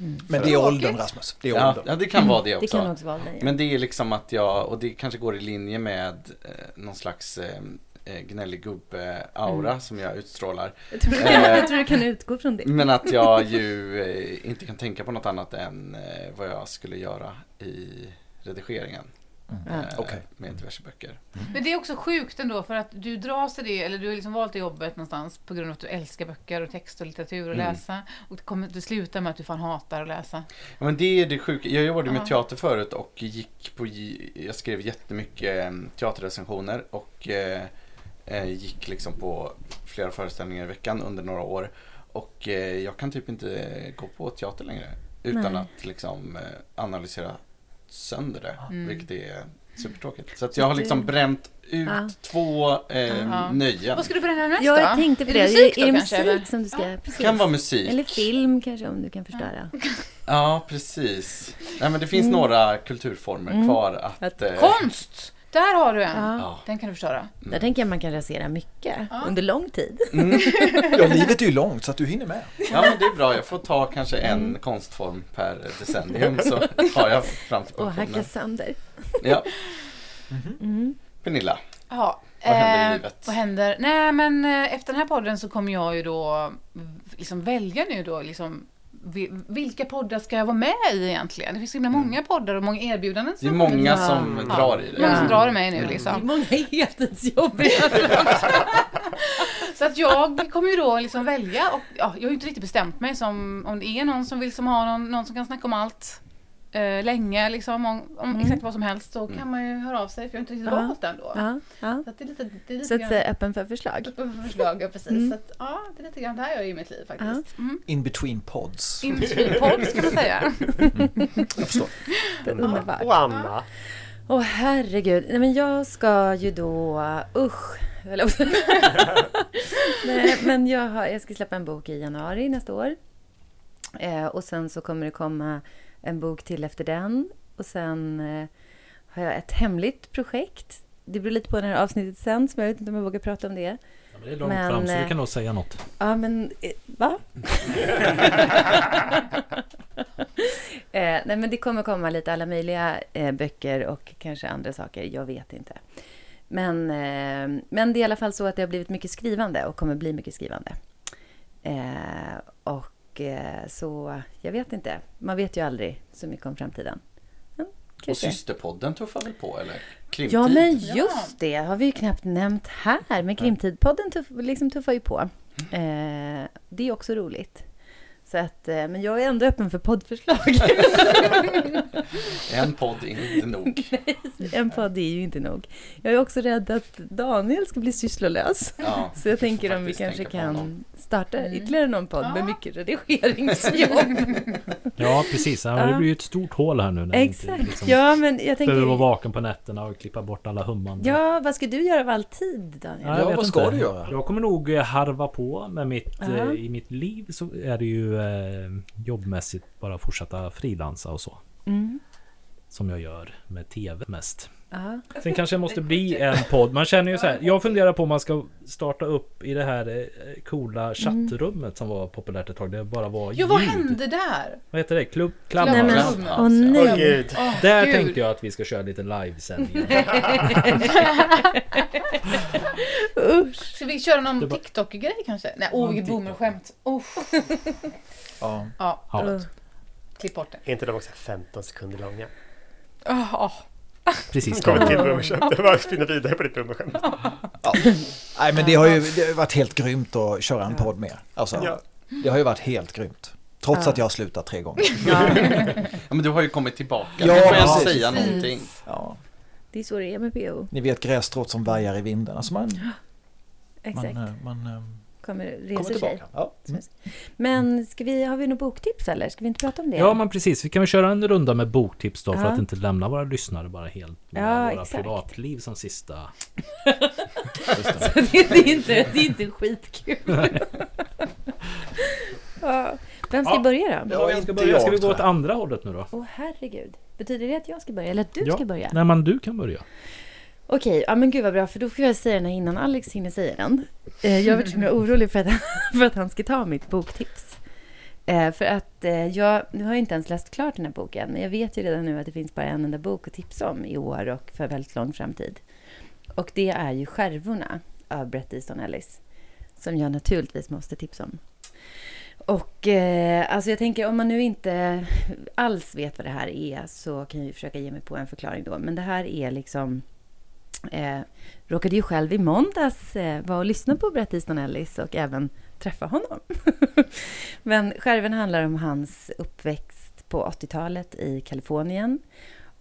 S5: Mm.
S8: För-
S5: Men det är åldern Rasmus, det är
S8: ja,
S5: åldern.
S8: ja, det kan vara det
S3: Det
S8: också.
S3: kan också vara det, ja.
S8: Men det är liksom att jag, och det kanske går i linje med eh, någon slags eh, eh, gnällig gubbe-aura
S3: Mm.
S8: som jag utstrålar.
S3: Jag tror du kan-
S8: Eh,
S3: jag tror du kan utgå från det.
S8: Men att jag ju eh, inte kan tänka på något annat än eh, vad jag skulle göra i redigeringen.
S9: Mm.
S8: Eh,
S5: Okej.
S8: Med diverse böcker.
S9: Men det är också sjukt ändå för att du dras till det, eller du har liksom valt det jobbet någonstans på grund av att du älskar böcker och text och litteratur och
S8: Mm.
S9: läsa. Och det, kommer, det slutar med att du fan hatar att läsa.
S8: Ja, men det är det sjuka. Jag jobbade med
S9: Ja.
S8: teater förut och gick på, j- jag skrev jättemycket eh, teaterrecensioner och eh, eh, gick liksom på flera föreställningar i veckan under några år. Och eh, jag kan typ inte gå på teater längre utan
S3: Nej.
S8: att liksom eh, analysera sönder det,
S3: Mm.
S8: vilket är supertråkigt. Så att
S3: Så
S8: jag har
S3: det-
S8: liksom bränt ut
S3: Ja.
S8: två eh,
S3: Ja.
S8: nöjen.
S9: Vad ska du bränna nästa?
S3: Ja, jag tänkte på
S9: Är
S3: det.
S9: musik
S3: är det
S9: då
S3: musik
S9: kanske, eller?
S3: som du ska...
S9: Ja.
S3: Precis.
S8: Kan vara musik.
S3: Eller film kanske om du kan förstöra.
S8: Ja, precis. Nej, men det finns
S3: Mm.
S8: några kulturformer
S3: Mm.
S8: kvar att... eh,
S9: Konst! Där har du en!
S8: Ja.
S9: Den kan du förstöra.
S3: Där tänker jag man kan rasera mycket under lång tid.
S5: Ja, livet är ju långt så att du hinner med.
S8: Ja men det är bra, jag får ta kanske en konstform per decennium så har jag fram till
S3: Och hacka
S8: pensionen.
S3: sönder.
S8: Ja.
S3: Mm.
S8: Pernilla,
S9: Ja.
S8: Vad händer i
S9: eh,
S8: livet?
S9: Vad händer? Nej men eh, efter den här podden så kommer jag ju då mm, liksom välja nu då liksom vi- vilka poddar ska jag vara med i egentligen? Det finns så himla många poddar och många erbjudanden.
S8: det är
S9: har kommit.
S8: många som drar i det.
S9: Många som drar i mig nu liksom.
S3: Många heltidsjobb.
S9: Så att jag kommer ju då liksom välja och ja, jag har ju inte riktigt bestämt mig som, om det är någon som vill som har någon, någon som kan snacka om allt eh, länge liksom om, om exakt vad som helst så kan man ju höra av sig för jag har inte riktigt
S3: Ja.
S9: valt än då.
S3: Ja, ja.
S9: Så att det är lite, det är lite
S3: Så att
S9: grann-
S3: säga öppen för förslag.
S9: Öppen för förslag, ja precis.
S3: Mm.
S9: Så att, ja, det är lite grann där jag är i mitt liv faktiskt. Mm.
S5: In between pods.
S9: In between pods, ska man säga.
S5: Jag förstår.
S3: Underbart.
S10: Och Anna.
S3: Åh herregud. Nej men jag ska ju då, usch. höll jag på att säga. Nej men jag, har, jag ska släppa en bok i januari nästa år. Eh, och sen så kommer det komma en bok till efter den. Och sen eh, har jag ett hemligt projekt. Det beror lite på när avsnittet sänds men jag vet inte om jag vågar prata om det.
S4: men det är långt fram, så du
S3: eh,
S4: kan nog säga något.
S3: Ja men, eh, va? eh, nej men det kommer komma lite alla möjliga eh, böcker och kanske andra saker, jag vet inte. Men, eh, men det är i alla fall så att det har blivit mycket skrivande och kommer bli mycket skrivande. Eh, och eh, så, jag vet inte. Man vet ju aldrig så mycket om framtiden. Mm,
S8: Och
S3: kanske.
S8: systerpodden tuffar väl på eller? Krimtid?
S3: Ja, men just det har vi ju knappt nämnt här. Men Krimtidpodden tuff, liksom tuffar ju på. Eh, det är också roligt. Så att, eh, men jag är ändå öppen för poddförslag.
S8: En podd är inte nog.
S3: Nej, en podd är ju inte nog. Jag är också rädd att Daniel ska bli sysslolös.
S8: Ja,
S3: så
S8: vi
S3: jag
S8: får
S3: tänker om vi
S8: faktiskt
S3: kanske
S8: tänka på
S3: kan
S8: honom.
S3: starta ytterligare någon podd med mycket redigeringsjobb.
S4: Ja, precis. Ja, men
S3: Ja.
S4: det blir ju ett stort hål här nu. När vi inte liksom
S3: Exakt. ja, men jag
S4: Behöver vara
S3: tänker...
S4: vaken på nätterna och klippa bort alla humman.
S3: Ja, vad ska du göra av all tid, Daniel?
S4: jag vet inte. Jag kommer nog eh, harva på med mitt... eh,
S3: Ja.
S4: I mitt liv så är det ju eh, jobbmässigt bara fortsätta frilansa och så.
S3: Mm.
S4: Som jag gör med TV mest.
S3: Ja.
S4: Sen kanske jag måste bli en podd. Man känner ju så här. Jag funderar på om man ska starta upp i det här eh, coola chattrummet som var populärt ett tag. Det bara var
S9: Mm. Jo, vad
S4: ljud.
S9: hände där?
S4: Vad heter det? Klubb?
S9: Nej, Mm. men-
S4: Clubhouse.
S9: Clubhouse, åh, ja. nej. Åh, gud. Åh,
S4: Där
S9: gud.
S4: tänkte jag att vi ska köra lite livesändning.
S3: Usch.
S9: Ska vi köra
S4: Det
S9: någon
S4: var-
S9: TikTok-grej kanske? Nej, åh vilket boomerskämt. Oh.
S5: Ja.
S9: Ja,
S4: Ja.
S9: förlåt. Klipp bort det.
S10: Är inte de också 15 sekunder långa?
S9: Oh,
S4: Precis.
S10: Kom ett till boomerskämt. Jag bara spinner vidare på ditt boomerskämt.
S5: Nej men det har ju det har varit helt grymt att köra en podd med. Alltså,
S10: Ja.
S5: Det har ju varit helt grymt. Trots
S3: Ja.
S5: att jag har slutat tre gånger.
S8: Ja. men du har ju kommit tillbaka.
S5: Ja,
S8: du får jag
S5: precis.
S8: säga
S5: Precis.
S8: någonting.
S5: Ja.
S3: Det är så det är med PO.
S5: Ni vet grässtrået som vajar i vinden. Alltså man,
S3: Exakt.
S5: man, eh, man eh,
S3: kommer
S5: kommer
S3: reser sig.
S5: tillbaka. Ja. Mm.
S3: Men ska vi, har vi något boktips eller? Ska vi inte prata om det?
S4: Ja men precis, vi kan väl köra en runda med boktips då för
S3: Ja.
S4: att inte lämna våra lyssnare bara helt med
S3: Ja,
S4: våra
S3: exakt.
S4: privatliv som sista...
S3: Så det, det, är inte, det är inte skitkul. ja. Vem ska
S14: Ja.
S3: börja då?
S14: Ja, vem ska börja? Ska vi gå åt andra hållet nu då?
S3: Åh herregud. Betyder det att jag ska börja eller att du
S14: ja.
S3: ska börja?
S14: Nej, men du kan börja.
S3: Okej, ja men gud vad bra för då får jag säga den här innan Alex hinner säga den. Eh, jag var så himla orolig för att, för att han ska ta mitt boktips. Eh, för att eh, jag, nu har jag inte ens läst klart den här boken, men jag vet ju redan nu att det finns bara en enda bok att tipsa om i år och för väldigt lång framtid. Och det är ju Skärvorna av Bret Easton Ellis, som jag naturligtvis måste tipsa om. Och eh, alltså jag tänker om man nu inte alls vet vad det här är så kan jag ju försöka ge mig på en förklaring då. Men det här är liksom eh, råkade ju själv i måndags eh, vara och lyssna på Bret Easton Ellis och även träffa honom. Men skärven handlar om hans uppväxt på 80-talet i Kalifornien.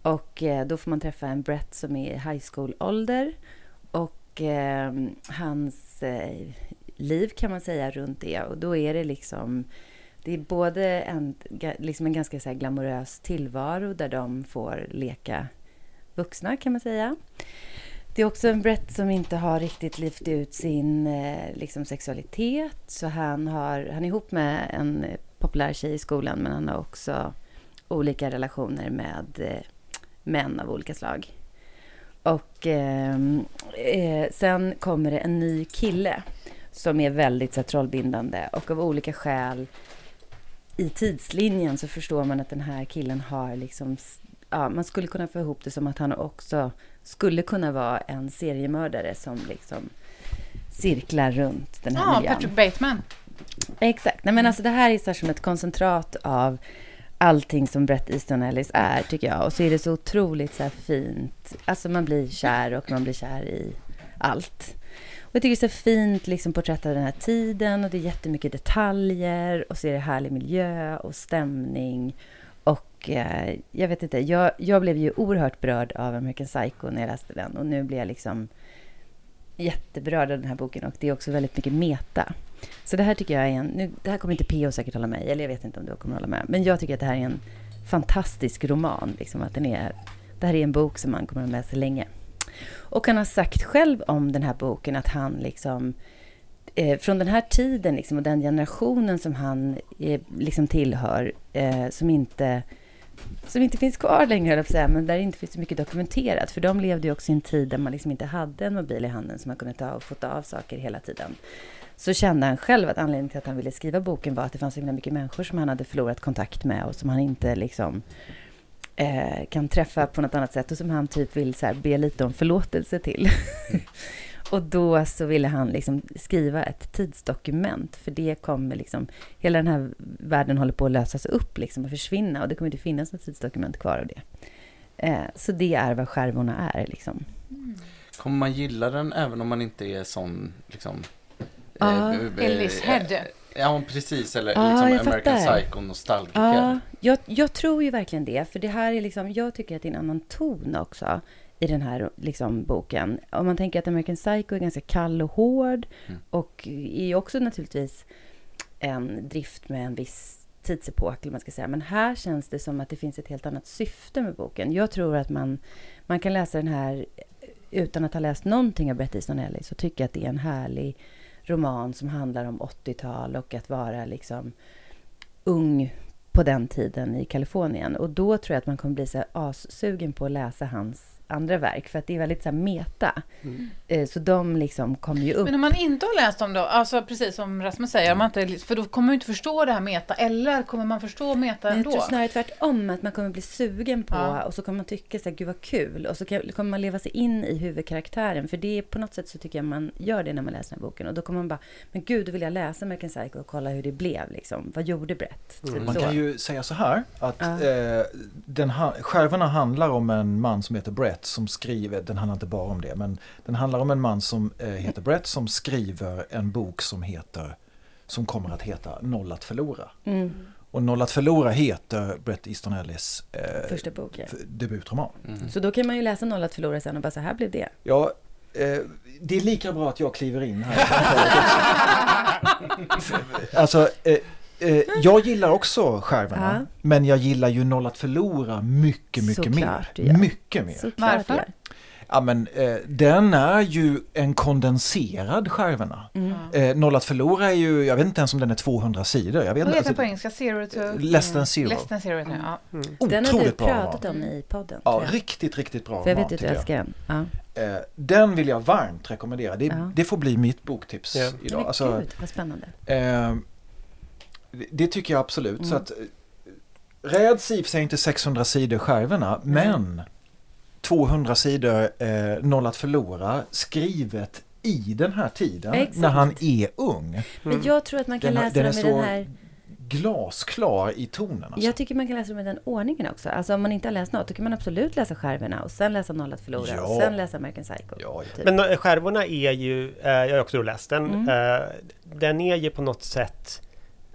S3: Och eh, då får man träffa en Brett som är i high school-ålder. Och eh, hans eh, liv kan man säga runt det. Och då är det liksom... Det är både en, ga- liksom en ganska så här glamorös tillvaro där de får leka vuxna kan man säga. Det är också en Brett som inte har riktigt lyft ut sin eh, liksom sexualitet. Så han, har, han är ihop med en eh, populär tjej i skolan men han har också olika relationer med eh, män av olika slag. Och ehm, eh, sen kommer det en ny kille som är väldigt så här, trollbindande och av olika skäl i tidslinjen så förstår man att den här killen har liksom... s- Ja, man skulle kunna få ihop det som att han också skulle kunna vara en seriemördare som liksom cirklar runt den här
S9: Ja,
S3: miljön.
S9: Patrick Bateman.
S3: Exakt. Nej, men alltså, det här är så här som ett koncentrat av allting som Brett Easton Ellis är, tycker jag. Och så är det så otroligt så här fint. Alltså man blir kär och man blir kär i allt. Och jag tycker det är så fint liksom, porträtt av den här tiden och det är jättemycket detaljer och så är det härlig miljö och stämning. Och eh, jag vet inte, jag, jag blev ju oerhört berörd av American Psycho när jag läste den och nu blir jag liksom jätteberörd av den här boken och det är också väldigt mycket meta. Så det här tycker jag är en, nu, det här kommer inte PO säkert hålla med eller jag vet inte om du kommer hålla med, men jag tycker att det här är en fantastisk roman, liksom att den är, det här är en bok som man kommer att ha med sig länge. Och han har sagt själv om den här boken att han liksom eh, från den här tiden liksom, och den generationen som han eh, liksom tillhör, eh, som inte som inte finns kvar längre, höll jag på att säga, men där det inte finns så mycket dokumenterat. För de levde ju också i en tid där man liksom inte hade en mobil i handen som man kunde ta och fota av saker hela tiden. Så kände han själv att anledningen till att han ville skriva boken var att det fanns så himla mycket människor som han hade förlorat kontakt med och som han inte liksom eh, kan träffa på något annat sätt och som han typ vill så här be lite om förlåtelse till. och då så ville han liksom skriva ett tidsdokument för det kommer liksom, hela den här världen håller på att lösas upp liksom och försvinna och det kommer inte finnas något tidsdokument kvar av det. Eh, så det är vad skärvorna är liksom.
S8: Kommer man gilla den även om man inte är sån, liksom...
S3: Ja,
S8: eh, eh,
S3: Ellis
S8: eh,
S3: Head.
S8: Ja, men precis. Eller
S3: Ja, jag
S8: liksom American
S3: fattar.
S8: Psycho-nostalgiker.
S3: Ja, jag, jag tror ju verkligen det. För det här är liksom, jag tycker att det är en annan ton också i den här liksom, boken. Om man tänker att American Psycho är ganska kall och hård och är ju också naturligtvis en drift med en viss tidsepok, eller vad man ska säga. Men här känns det som att det finns ett helt annat syfte med boken. Jag tror att man, man kan läsa den här eh, utan att ha läst någonting av Bret Easton Ellis och tycka att det är en härlig roman som handlar om 80-tal och att vara liksom ung på den tiden i Kalifornien. Och då tror jag att man kommer bli så här assugen på att läsa hans andra verk, för att det är väldigt så här meta.
S9: Mm.
S3: Eh, Så de liksom kommer ju upp.
S9: Men om man inte har läst dem då, alltså precis som Rasmus säger, om man inte, för då kommer man ju inte förstå det här meta, eller kommer man förstå meta
S3: Men jag
S9: ändå?
S3: tror snarare tvärtom, att man kommer bli sugen på
S9: Ja.
S3: och så kommer man tycka så här, gud vad kul. Och så kan- kommer man leva sig in i huvudkaraktären. För det är på något sätt så tycker jag man gör det när man läser den här boken. Och då kommer man bara, men gud, då vill jag läsa American Psycho och kolla hur det blev liksom. Vad gjorde Brett?
S5: Mm.
S3: Typ
S13: Man
S3: så.
S13: kan ju säga så här att eh, den ha, skärvorna handlar om en man som heter Brett som skriver, den handlar inte bara om det, men den handlar om en man som eh, heter Brett som skriver en bok som heter, som kommer att heta Noll att förlora.
S3: Mm.
S13: Och Noll att förlora heter Brett Easton Ellis eh,
S3: Första bok, ja.
S13: f- debutroman.
S3: Så då kan man ju läsa Noll att förlora sen och bara, så här blev det.
S13: Ja, eh, det är lika bra att jag kliver in här. alltså, eh, eh, jag gillar också skärvorna.
S3: Ja.
S13: Men jag gillar ju Noll att förlora mycket, mycket
S3: Såklart
S13: mer.
S3: du gör.
S13: Mycket mer.
S3: Såklart du Varför?
S5: Ja, men, eh, den är ju en kondenserad skärvorna.
S9: Mm.
S5: Eh, Noll att förlora är ju, jag vet inte ens om den är 200 sidor. Jag vet
S9: Vad
S5: inte,
S9: heter
S5: alltså,
S9: den på engelska? Zero to...
S5: Less than zero.
S9: Less than zero. Ja.
S3: Den har du
S5: Otroligt bra
S3: pratat
S5: roman.
S3: om i podden.
S5: Ja,
S3: tror jag.
S5: riktigt, riktigt bra
S3: För jag
S5: roman,
S3: vet att du
S5: tycker jag.
S3: älskar den. Ja.
S5: Eh, den vill jag varmt rekommendera. Det,
S3: Ja.
S5: det får bli mitt boktips
S3: Ja.
S5: idag.
S3: Men
S5: Alltså,
S3: gud, vad spännande.
S5: eh, det- det tycker jag absolut. Så
S3: Mm.
S5: att, eh, räds i och för sig inte 600 sidor skärvorna,
S3: Mm.
S5: men 200 sidor eh, noll att förlora skrivet i den här tiden
S3: Exakt.
S5: när han är ung.
S3: Men jag tror att man kan
S5: Mm. Den har-
S3: läsa
S5: den
S3: dem
S5: är
S3: i den här...
S5: så glasklar i tonen. Alltså.
S3: Jag tycker man kan läsa dem i den ordningen också. Alltså om man inte har läst något, då kan man absolut läsa Skärvorna och sen läsa Noll att förlora
S10: Ja.
S3: och sen läsa American Psycho. typ.
S10: Men eh, Skärvorna är ju, eh, jag har också läst den,
S3: Mm.
S10: eh, den är ju på något sätt,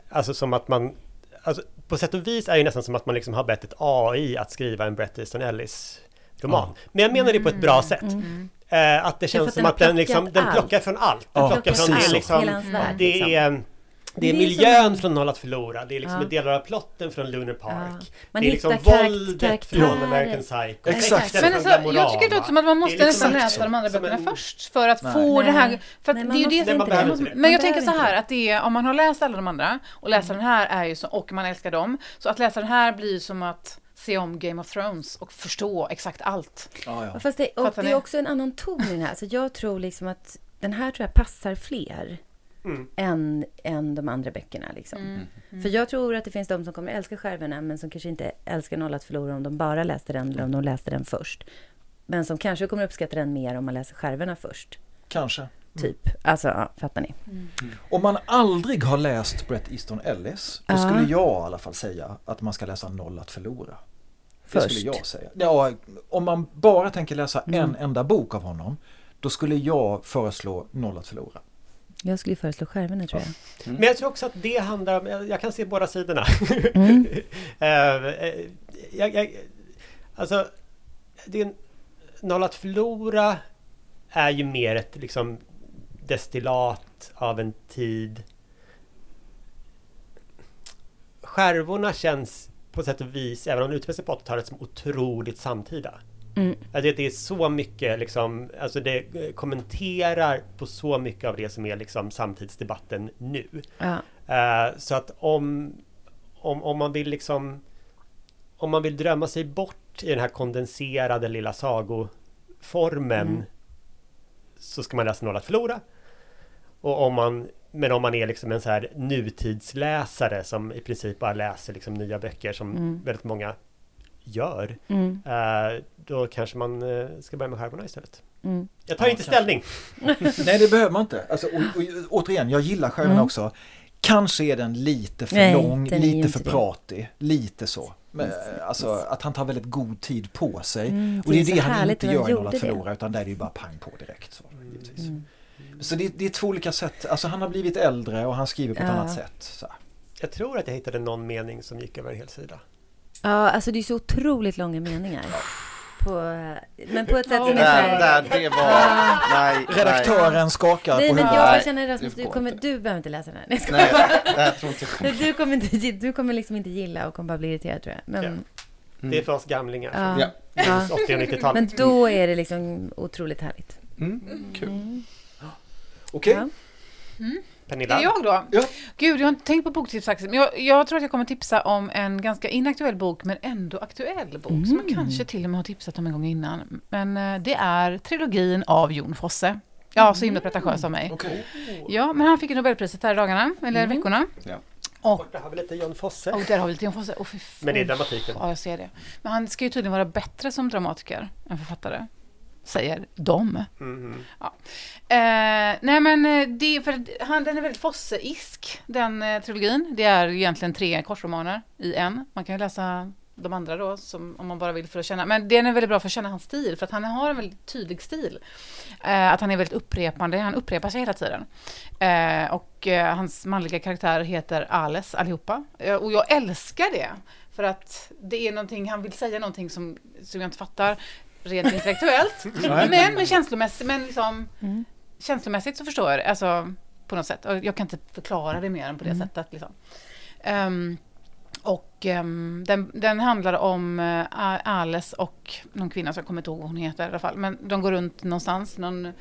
S10: alltså som att man, alltså, på sätt och vis är det nästan som att man liksom har bett ett AI att skriva en Bret Easton Ellis roman.
S5: Ja. Mm.
S10: Men jag menar det på ett bra sätt. Eh, att det
S5: för
S10: känns
S5: att
S10: som
S5: den har
S10: att den,
S5: plockat
S10: liksom, den
S5: allt.
S10: plockar från allt. Den
S5: Ja,
S10: plockar från
S5: precis så.
S10: det, är liksom,
S5: Hela hans värld, liksom.
S10: det är, det är
S3: Det är
S10: miljön från Noll att förlora, det är liksom
S3: Ja.
S10: delar av plotten från Lunar Park.
S3: Man
S10: det är
S3: hittar
S10: liksom
S3: karak-
S10: våldet
S3: karaktärer.
S10: från American Psycho. liksom
S5: Exakt.
S10: texten
S9: Men
S10: från
S9: alltså,
S10: Glamorama.
S9: jag tycker det låter som att man måste
S10: Det är liksom
S9: nästan läsa
S10: en-
S9: de andra
S10: som en-
S9: böckerna först för att
S10: Nej.
S9: få det här.
S10: Nej.
S9: För att
S10: Nej,
S9: det
S10: man
S9: är ju det
S10: måste- Nej, man
S9: som är
S10: behöver
S9: det.
S10: inte Mm. det.
S9: Men jag
S10: Man
S9: tänker så
S10: behöver
S9: här att det är, om man har läst alla de andra och läser den här är ju så, och man älskar dem, så att läsa den här blir ju som att se om Game of Thrones och förstå exakt allt.
S3: Ja, Fast det, och
S9: Fattar
S3: det
S9: ni?
S3: är också en annan ton i den här. Så jag tror liksom att den här tror jag passar fler
S9: Mm.
S3: än, än de andra böckerna. Liksom.
S9: Mm.
S3: För jag tror att det finns de som kommer älska skärvorna men som kanske inte älskar Noll att förlora om de bara läste den eller om de läste den först. Men som kanske kommer uppskatta den mer om man läser skärvorna först.
S5: Kanske.
S3: Typ. Alltså, ja, fattar ni?
S5: Om man aldrig har läst Bret Easton Ellis, då
S3: Ja.
S5: skulle jag i alla fall säga att man ska läsa Noll att förlora. Det
S15: Först.
S5: skulle jag säga. Ja, om man bara tänker läsa en
S3: Mm.
S5: enda bok av honom, då skulle jag föreslå Noll att förlora.
S3: Jag skulle ju föreslå skärvorna tror jag.
S10: Men jag tror också att det handlar om, jag jag kan se båda sidorna. Eh, eh, jag, jag, alltså, det är en, noll att förlora är ju mer ett liksom destillat av en tid. Skärvorna känns på sätt och vis, även om de utspelar sig på 80-talet, som otroligt samtida.
S3: Mm.
S10: Alltså det är så mycket liksom, alltså det kommenterar på så mycket av det som är liksom samtidsdebatten nu.
S3: Ja.
S10: Eh, så att om, om, om man vill liksom, om man vill drömma sig bort i den här kondenserade lilla sagoformen
S3: Mm.
S10: så ska man läsa Noll att förlora. Och om man, men om man är liksom en så här nutidsläsare som i princip bara läser liksom nya böcker som
S3: Mm.
S10: väldigt många gör.
S3: Mm.
S10: eh, Då kanske man eh, ska börja med skärvorna istället.
S3: Mm.
S10: Jag tar
S5: Ja,
S10: inte
S5: kanske.
S10: ställning!
S5: Nej, det behöver man inte. Alltså, och, och, återigen, jag gillar skärmen
S10: Mm.
S5: också. Kanske är den lite för
S3: Nej,
S5: lång,
S3: den är ju
S5: lite
S3: inte
S5: för
S3: det.
S5: pratig, lite så. Men,
S3: Yes,
S5: alltså,
S3: yes.
S5: att han tar väldigt god tid på sig.
S3: Mm,
S5: och det är
S3: det är
S5: det
S3: så
S5: han
S3: härligt
S5: inte
S3: hur han
S5: gör i Noll att
S3: gjorde det. Mm.
S5: förlora, utan där är det ju bara pang på direkt. Så, givetvis. så det, det är två olika sätt. Alltså, han har blivit äldre och han skriver på ett
S3: Ja.
S5: annat sätt. Så. här.
S10: Jag tror att jag hittade någon mening som gick över en hel sida.
S3: Ja, alltså det är så otroligt långa meningar. På, eh, men på ett sätt
S10: Ja,
S3: som är
S10: där,
S3: såhär-
S10: där, det var-
S3: Ja.
S16: Nej,
S5: Redaktören skakar
S3: Nej,
S5: på
S3: men
S5: huvudet.
S3: jag känner Rasmus,
S5: det
S3: du,
S5: går
S3: kommer, du behöver inte läsa den här. jag
S16: Nej,
S3: skojar.
S16: nej, jag tror inte jag kommer.
S3: Du kommer, inte, gi- du kommer liksom inte gilla och kommer bara bli irriterad tror jag. Men,
S10: Det är för oss gamlingar.
S3: ja.
S10: från 80 och 90-talet.
S3: Men då är det liksom otroligt härligt.
S16: Kul.
S5: Okej.
S10: Pernilla?
S9: Det är jag då? Gud, jag har inte tänkt på boktips faktiskt. Men jag, jag tror att jag kommer tipsa om en ganska inaktuell bok, men ändå aktuell bok. Som
S10: Mm.
S9: jag kanske till och med har tipsat om en gång innan. Men eh, det är trilogin av Jon Fosse. Ja, så himla pretentiös av mig. Ja, men han fick ju Nobelpriset här i dagarna, eller veckorna.
S16: Ja.
S9: Och
S10: Där har vi lite John Fosse.
S9: Mm. Och där har vi lite Jon Fosse. Åh, fy fan.
S10: Men det är dramatiken.
S9: Ja, jag ser det. Men han ska ju tydligen vara bättre som dramatiker än författare. Säger de.
S10: Mhm.
S9: Ja. Eh, nej men eh, det, för att han, den är väldigt Fosse-isk, den eh, trilogin. Det är egentligen tre korsromaner i en. Man kan ju läsa de andra då, som, om man bara vill för att känna. Men den är väldigt bra för att känna hans stil, för att han har en väldigt tydlig stil. Eh, att han är väldigt upprepande, han upprepar sig hela tiden. Eh, och eh, hans manliga karaktär heter Ales allihopa. Eh, och jag älskar det, för att det är någonting, han vill säga någonting som, som jag inte fattar rent intellektuellt.
S17: Nej.
S9: men, men känslomässigt, men liksom känslomässigt så förstår jag det, alltså på något sätt. Och jag kan inte förklara det mer än på det
S17: Mm.
S9: sättet. Liksom. Ehm, Och ehm, den, den handlar om eh, A- Alice och någon kvinna som jag kommer inte ihåg vad hon heter i alla fall. Men de går runt någonstans, någon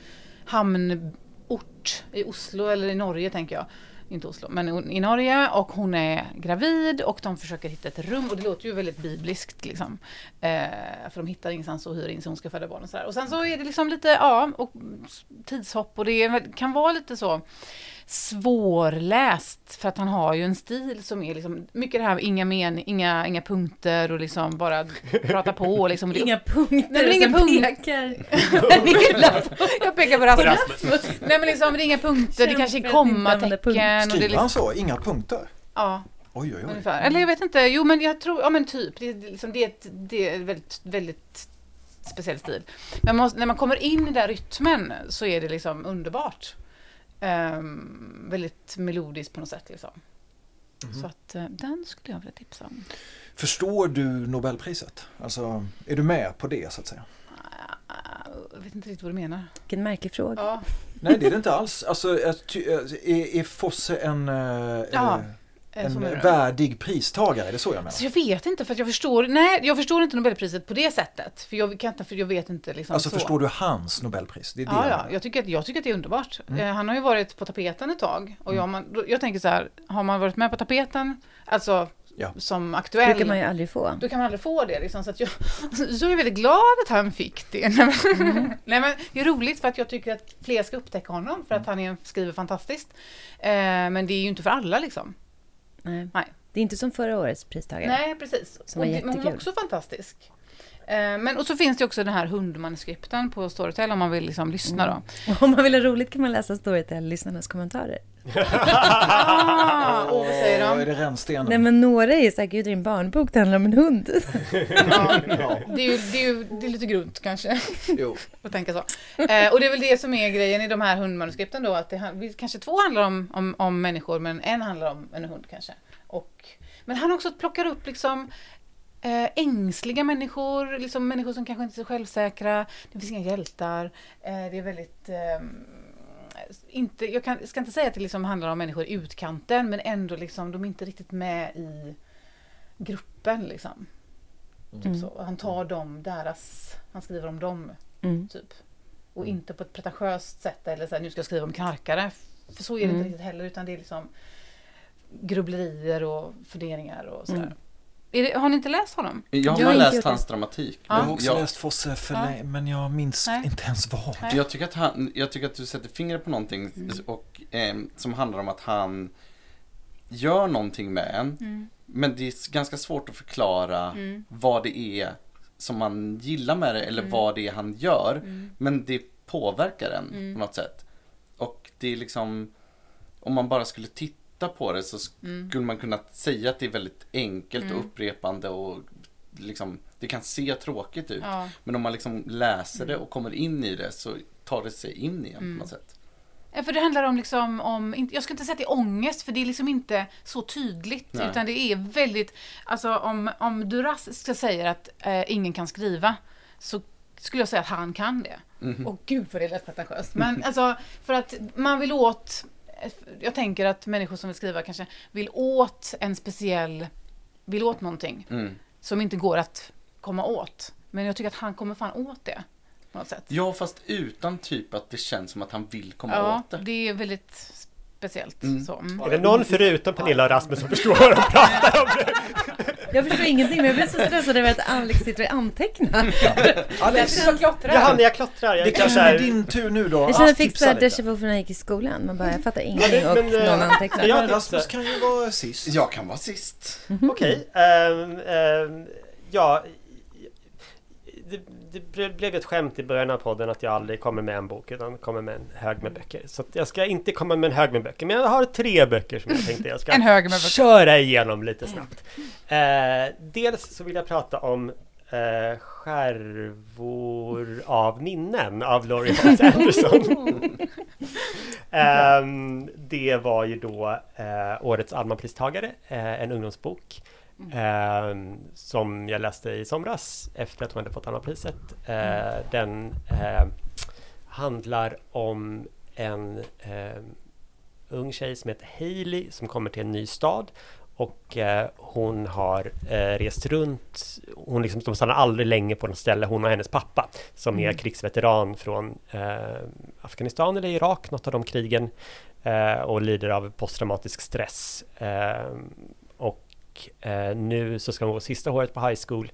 S9: hamnort i Oslo eller i Norge tänker jag. Inte Oslo, men i- i Norge och hon är gravid och de försöker hitta ett rum och det låter ju väldigt bibliskt liksom. Eh, för de hittar ingenstans och hyr in så hon ska föda barn och sådär. Och sen så är det liksom lite, ja, och tidshopp och det är väl- kan vara lite så svårläst för att han har ju en stil som är liksom mycket det här med inga men, inga, inga punkter och liksom bara prata på och liksom.
S3: Inga punkter
S9: Nej, men inga
S3: och sen
S9: punkter.
S3: pekar.
S9: Nilla på- jag pekar på
S5: På
S9: Rasmus.
S5: Rasmus.
S9: Nej men liksom det är inga punkter, det
S3: Kämpa
S9: kanske
S3: för
S9: är
S3: att inte
S9: kommatecken. Och det är
S5: Skriver
S9: liksom,
S5: han så? Inga punkter?
S9: ja.
S5: Oj, oj, oj.
S9: Ungefär. Eller jag vet inte, jo men jag tror, ja men typ, det, är liksom, det, är ett- det är väldigt, väldigt speciell stil. Men man, måste- när man kommer in i den rytmen så är det liksom underbart. Ehm, väldigt melodiskt på något sätt liksom.
S5: Mhm.
S9: Så att eh, den skulle jag vilja tipsa om.
S5: Förstår du Nobelpriset? Alltså, är du med på det så att säga?
S9: Jag vet inte riktigt vad du menar.
S3: Vilken märklig fråga.
S9: Ja.
S5: Nej, det är det inte alls. Alltså, jag ty- är, är Fosse en, eh,
S9: Ja,
S5: eh,
S9: eh, så
S5: en
S9: menar du.
S5: värdig pristagare? Är det så jag menar?
S9: Alltså jag vet inte för att jag förstår, nej jag förstår inte Nobelpriset på det sättet. För jag kan inte, för jag vet inte liksom
S5: Alltså
S9: så.
S5: förstår du hans Nobelpris? Det är det
S9: Ja,
S5: jag
S9: ja.
S5: menar.
S9: Jag, tycker att, jag tycker att det är underbart.
S5: Mm.
S9: Eh, Han har ju varit på tapeten ett tag. Och jag, man, då- jag tänker så här, har man varit med på tapeten, alltså
S5: Ja.
S9: som aktuell.
S3: Brukar man ju aldrig få.
S9: Då kan man aldrig få det. Liksom, så att jag, så jag är väldigt glad att han fick det. Nej, men, Nej, men det är roligt för att jag tycker att fler ska upptäcka honom för att han är, en- skriver fantastiskt. Eh, men det är ju inte för alla liksom.
S3: Nej.
S9: Nej.
S3: Det är inte som förra årets pristagare.
S9: Nej, precis.
S3: Som
S9: och
S3: var
S9: det, men hon var
S3: jättekul.
S9: också fantastisk. Eh, Men, och så finns det också den här hundmanuskripten på Storytel om man vill liksom lyssna då.
S3: Och Mm. om man vill ha roligt kan man läsa Storytel-lyssnarnas kommentarer.
S9: Ah, och vad säger de?
S5: Är det rännstenen?
S3: Nej men några är såhär, gud din barnbok det handlar om en hund.
S9: Det är ju det är ju, det är lite grunt kanske.
S5: Jo.
S9: Att tänka så. Eh, och det är väl det som är grejen i de här hundmanuskripten då, att det, han- vi- kanske två handlar om, om, om människor men en handlar om en hund kanske. Och, men han också plockar upp liksom eh, ängsliga människor, liksom människor som kanske inte är så självsäkra, det finns inga hjältar, eh, det är väldigt ehm, inte, jag kan, ska inte säga att det liksom handlar om människor i utkanten men ändå liksom, de är inte riktigt med i gruppen liksom. Typ
S3: Mm.
S9: så. Och Han tar dem, deras, han skriver om dem.
S3: Mm.
S9: Typ. Och inte på ett pretentiöst sätt eller så här, nu ska jag skriva om knarkare. För så är det
S3: Mm.
S9: inte riktigt heller utan det är liksom grubblerier och funderingar och sådär.
S3: Mm.
S9: Är det, har ni inte läst honom?
S18: Jag har
S9: Jag har
S18: bara
S9: inte
S18: läst
S9: gjort
S18: hans
S9: det.
S18: dramatik.
S9: Ja.
S18: men
S9: Jag har också
S5: läst Fosse för
S9: Ja.
S5: nej, men jag minns
S9: Nej.
S5: inte ens vad.
S9: Nej.
S18: Jag tycker, att han, jag tycker att du sätter fingret på någonting
S9: Mm.
S18: och, ehm, som handlar om att han gör någonting med en.
S9: Mm.
S18: Men det är s- ganska svårt att förklara
S9: Mm.
S18: vad det är som man gillar med det eller
S9: Mm.
S18: vad det är han gör.
S9: Mm.
S18: Men det påverkar en
S9: Mm.
S18: på något sätt. Och det är liksom, om man bara skulle titta på det så sk-
S9: Mm.
S18: skulle man kunna säga att det är väldigt enkelt
S9: Mm.
S18: och upprepande och liksom, det kan se tråkigt ut.
S9: Ja.
S18: Men om man liksom läser det och kommer in i det så tar det sig in igen
S9: Mm.
S18: på något sätt.
S9: Ja, för det handlar om, liksom, om inte- jag ska inte säga att det är ångest, för det är liksom inte så tydligt.
S18: Nej.
S9: Utan det är väldigt, alltså om, om Duras ska säga att eh, ingen kan skriva, så skulle jag säga att han kan det.
S18: Mhm.
S9: Och gud vad det lät pretentiöst. Men alltså, för att man vill åt, eh, jag tänker att människor som vill skriva kanske vill åt en speciell, vill åt någonting
S18: Mm.
S9: som inte går att komma åt. Men jag tycker att han kommer fan åt det. På något sätt.
S18: Ja, fast utan typ att det känns som att han vill komma
S9: Ja,
S18: åt det.
S9: det är väldigt speciellt. Så. Mm.
S10: Är det någon förutom Pernilla och Rasmus som förstår vad de pratar om?
S3: Jag förstår ingenting men jag blir så stressad över att Alex sitter och antecknar.
S10: Alex.
S9: Jag klottrar.
S10: Johanna, jag typ klottrar. Jag
S5: Det
S10: är
S5: kanske
S10: så här-
S5: är din tur nu då.
S3: Jag känner att jag
S5: att
S3: fick
S5: tipsa
S3: såhär
S5: lite.
S3: déjà vu från när jag gick i skolan. Man bara, jag fattar
S10: det-
S3: ingenting och
S10: men, eh,
S3: någon antecknar.
S10: jag-
S5: Men Rasmus kan ju vara sist.
S18: Jag kan vara sist.
S10: Okej. ehm, ehm, ja, det, det ble- blev ett skämt i början av podden att jag aldrig kommer med en bok utan kommer med en hög med böcker. Så att jag ska inte komma med en hög med böcker, men jag har tre böcker som jag tänkte jag ska
S9: En hög med böcker.
S10: köra igenom lite snabbt. Eh, dels så vill jag prata om eh, Skärvor av minnen av Laurie Hans Anderson. Ehm, det var ju då eh, årets Almanpristagare, eh, en ungdomsbok. ehm, som jag läste i somras efter att hon hade fått Almanpriset. Eh, den eh, handlar om ehm, en eh, ung tjej som heter Hailey som kommer till en ny stad Och eh, hon har eh, rest runt. Hon liksom, de stannar aldrig länge på något ställe. Hon och hennes pappa som är
S14: Mm.
S10: krigsveteran från eh, Afghanistan eller Irak, något av de krigen. Eh, och lider av posttraumatisk stress. Eh, och eh, nu så ska hon gå sista året på high school.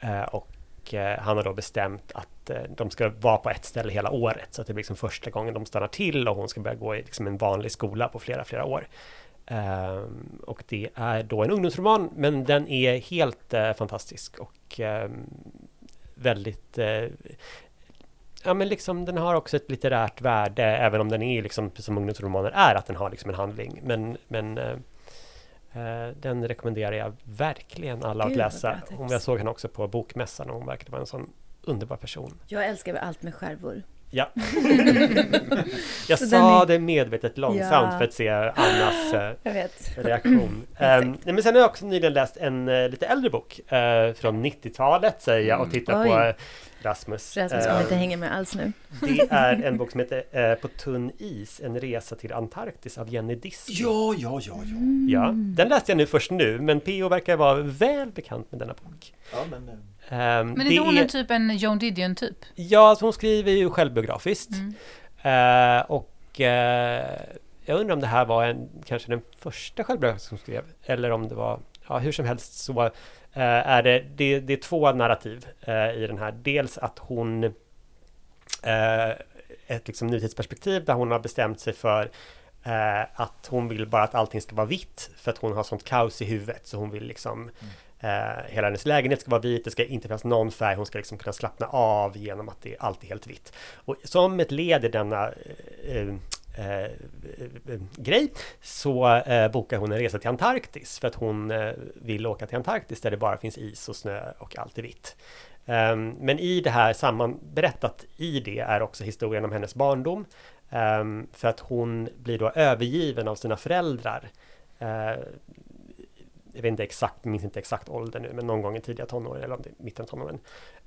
S10: Eh, och eh, han har då bestämt att eh, de ska vara på ett ställe hela året. Så att det blir liksom första gången de stannar till och hon ska börja gå i liksom en vanlig skola på flera, flera år. Ehm, och det är då en ungdomsroman, men den är helt eh, fantastisk och ehm, väldigt... eh, ja, men liksom den har också ett litterärt värde, även om den är liksom som ungdomsromaner är, att den har liksom en handling. Men, men eh, eh, den rekommenderar jag verkligen alla
S3: Gud,
S10: att
S3: vad
S10: läsa.
S3: bra tips.
S10: Hon, jag såg henne också på Bokmässan och hon verkade vara en sån underbar person.
S3: Jag älskar väl allt med skärvor.
S10: Ja.
S3: Så
S10: jag
S3: den
S10: sa
S3: är-
S10: det medvetet långsamt
S3: Ja.
S10: för att se Annas eh,
S3: Jag vet.
S10: reaktion. Ehm, nej, men sen har jag också nyligen läst en eh, lite äldre bok eh, från 90-talet säger jag och
S3: Mm.
S10: tittar
S3: Oj.
S10: på eh, Rasmus.
S3: Rasmus kommer
S10: Ehm,
S3: inte hänga med alls nu.
S10: det är en bok som heter eh, På tunn is, en resa till Antarktis av Jenny Disk.
S5: Ja, ja, ja, ja.
S3: Mm.
S10: Ja, den läste jag nu först nu, men P.O. verkar vara väl bekant med denna bok.
S5: Ja, men, eh,
S10: Ehm,
S9: Men är
S10: det
S9: inte hon
S10: är-
S9: en typ en Joan Didion-typ?
S10: Ja, alltså hon skriver ju självbiografiskt. Eh, och eh, jag undrar om det här var en, kanske den första självbiografiska som skrev. Eller om det var, ja hur som helst så eh, är det, det, det är två narrativ eh, i den här. Dels att hon, eh, ett liksom nutidsperspektiv där hon har bestämt sig för eh, att hon vill bara att allting ska vara vitt för att hon har sånt kaos i huvudet så hon vill liksom Eh, hela hennes lägenhet ska vara vit, det ska inte finnas någon färg, hon ska liksom kunna slappna av genom att det alltid är helt vitt. Och som ett led i denna eh, eh, eh, grej så eh, bokar hon en resa till Antarktis för att hon eh, vill åka till Antarktis där det bara finns is och snö och allt är vitt. Ehm, men i det här sammanberättat i det är också historien om hennes barndom. Ehm, för att hon blir då övergiven av sina föräldrar eh, jag vet inte exakt, minns inte exakt ålder nu, men någon gång i tidiga tonåren eller om det är mitten av tonåren.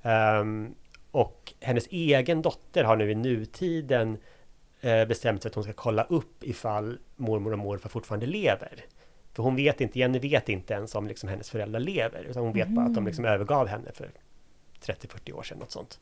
S10: Ehm, och hennes egen dotter har nu i nutiden eh, bestämt sig att hon ska kolla upp ifall mormor och morfar fortfarande lever. För hon vet inte, Jenny vet inte ens om liksom hennes föräldrar lever, utan hon vet bara att de
S14: Mhm.
S10: liksom övergav henne för 30-40 år sedan, något sånt.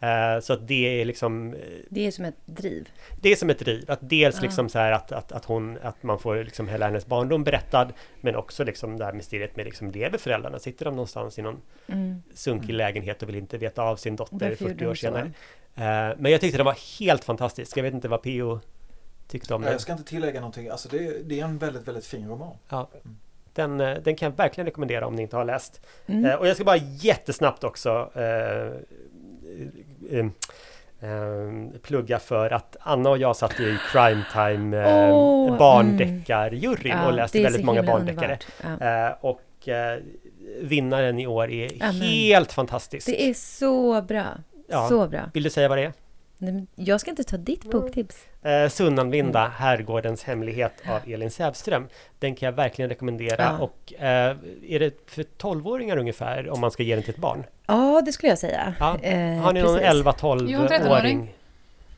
S10: Eh, så att det är liksom... eh,
S3: Det är som ett driv.
S10: det är som ett driv. Att dels
S3: Ja.
S10: liksom så här att, att, att, hon, att man får liksom hela hennes barndom berättad. Men också liksom det här mysteriet med liksom lever föräldrarna? Sitter de någonstans i någon
S3: Mm.
S10: sunkig lägenhet och vill inte veta av sin dotter
S3: Varför gjorde
S10: 40 år
S3: de så?
S10: senare? Eh, men jag tyckte den var helt fantastisk. Jag vet inte vad P.O. tyckte om
S13: Nej,
S10: den.
S13: jag ska inte tillägga någonting. Alltså det, är- det är en väldigt, väldigt fin roman.
S10: Ja. Den, eh, den kan jag verkligen rekommendera om ni inte har läst.
S13: Mm.
S10: Eh, och jag ska bara jättesnabbt också eh, eh, eh, plugga för att Anna och jag satt i crime time eh,
S14: Åh,
S10: barndeckarjuryn
S14: mm. Ja,
S10: och läste
S14: det är
S10: väldigt
S14: så
S10: många
S14: himla
S10: barndeckare. Eh, och eh, vinnaren i år är
S3: Ja, men-
S10: helt fantastisk.
S3: Det är så bra.
S10: Ja.
S3: Så bra.
S10: Vill du säga vad det är?
S3: Nej, men Jag ska inte ta ditt boktips.
S10: Eh, Sunnanvinda, Herrgårdens hemlighet av Elin Sävström. Den kan jag verkligen rekommendera.
S3: Ja.
S10: Och eh, är det för 12-åringar ungefär om man ska ge den till ett barn?
S3: Ja, det skulle jag säga.
S10: Ja.
S3: Eh,
S10: Har ni någon
S3: precis.
S10: 11-12-åring?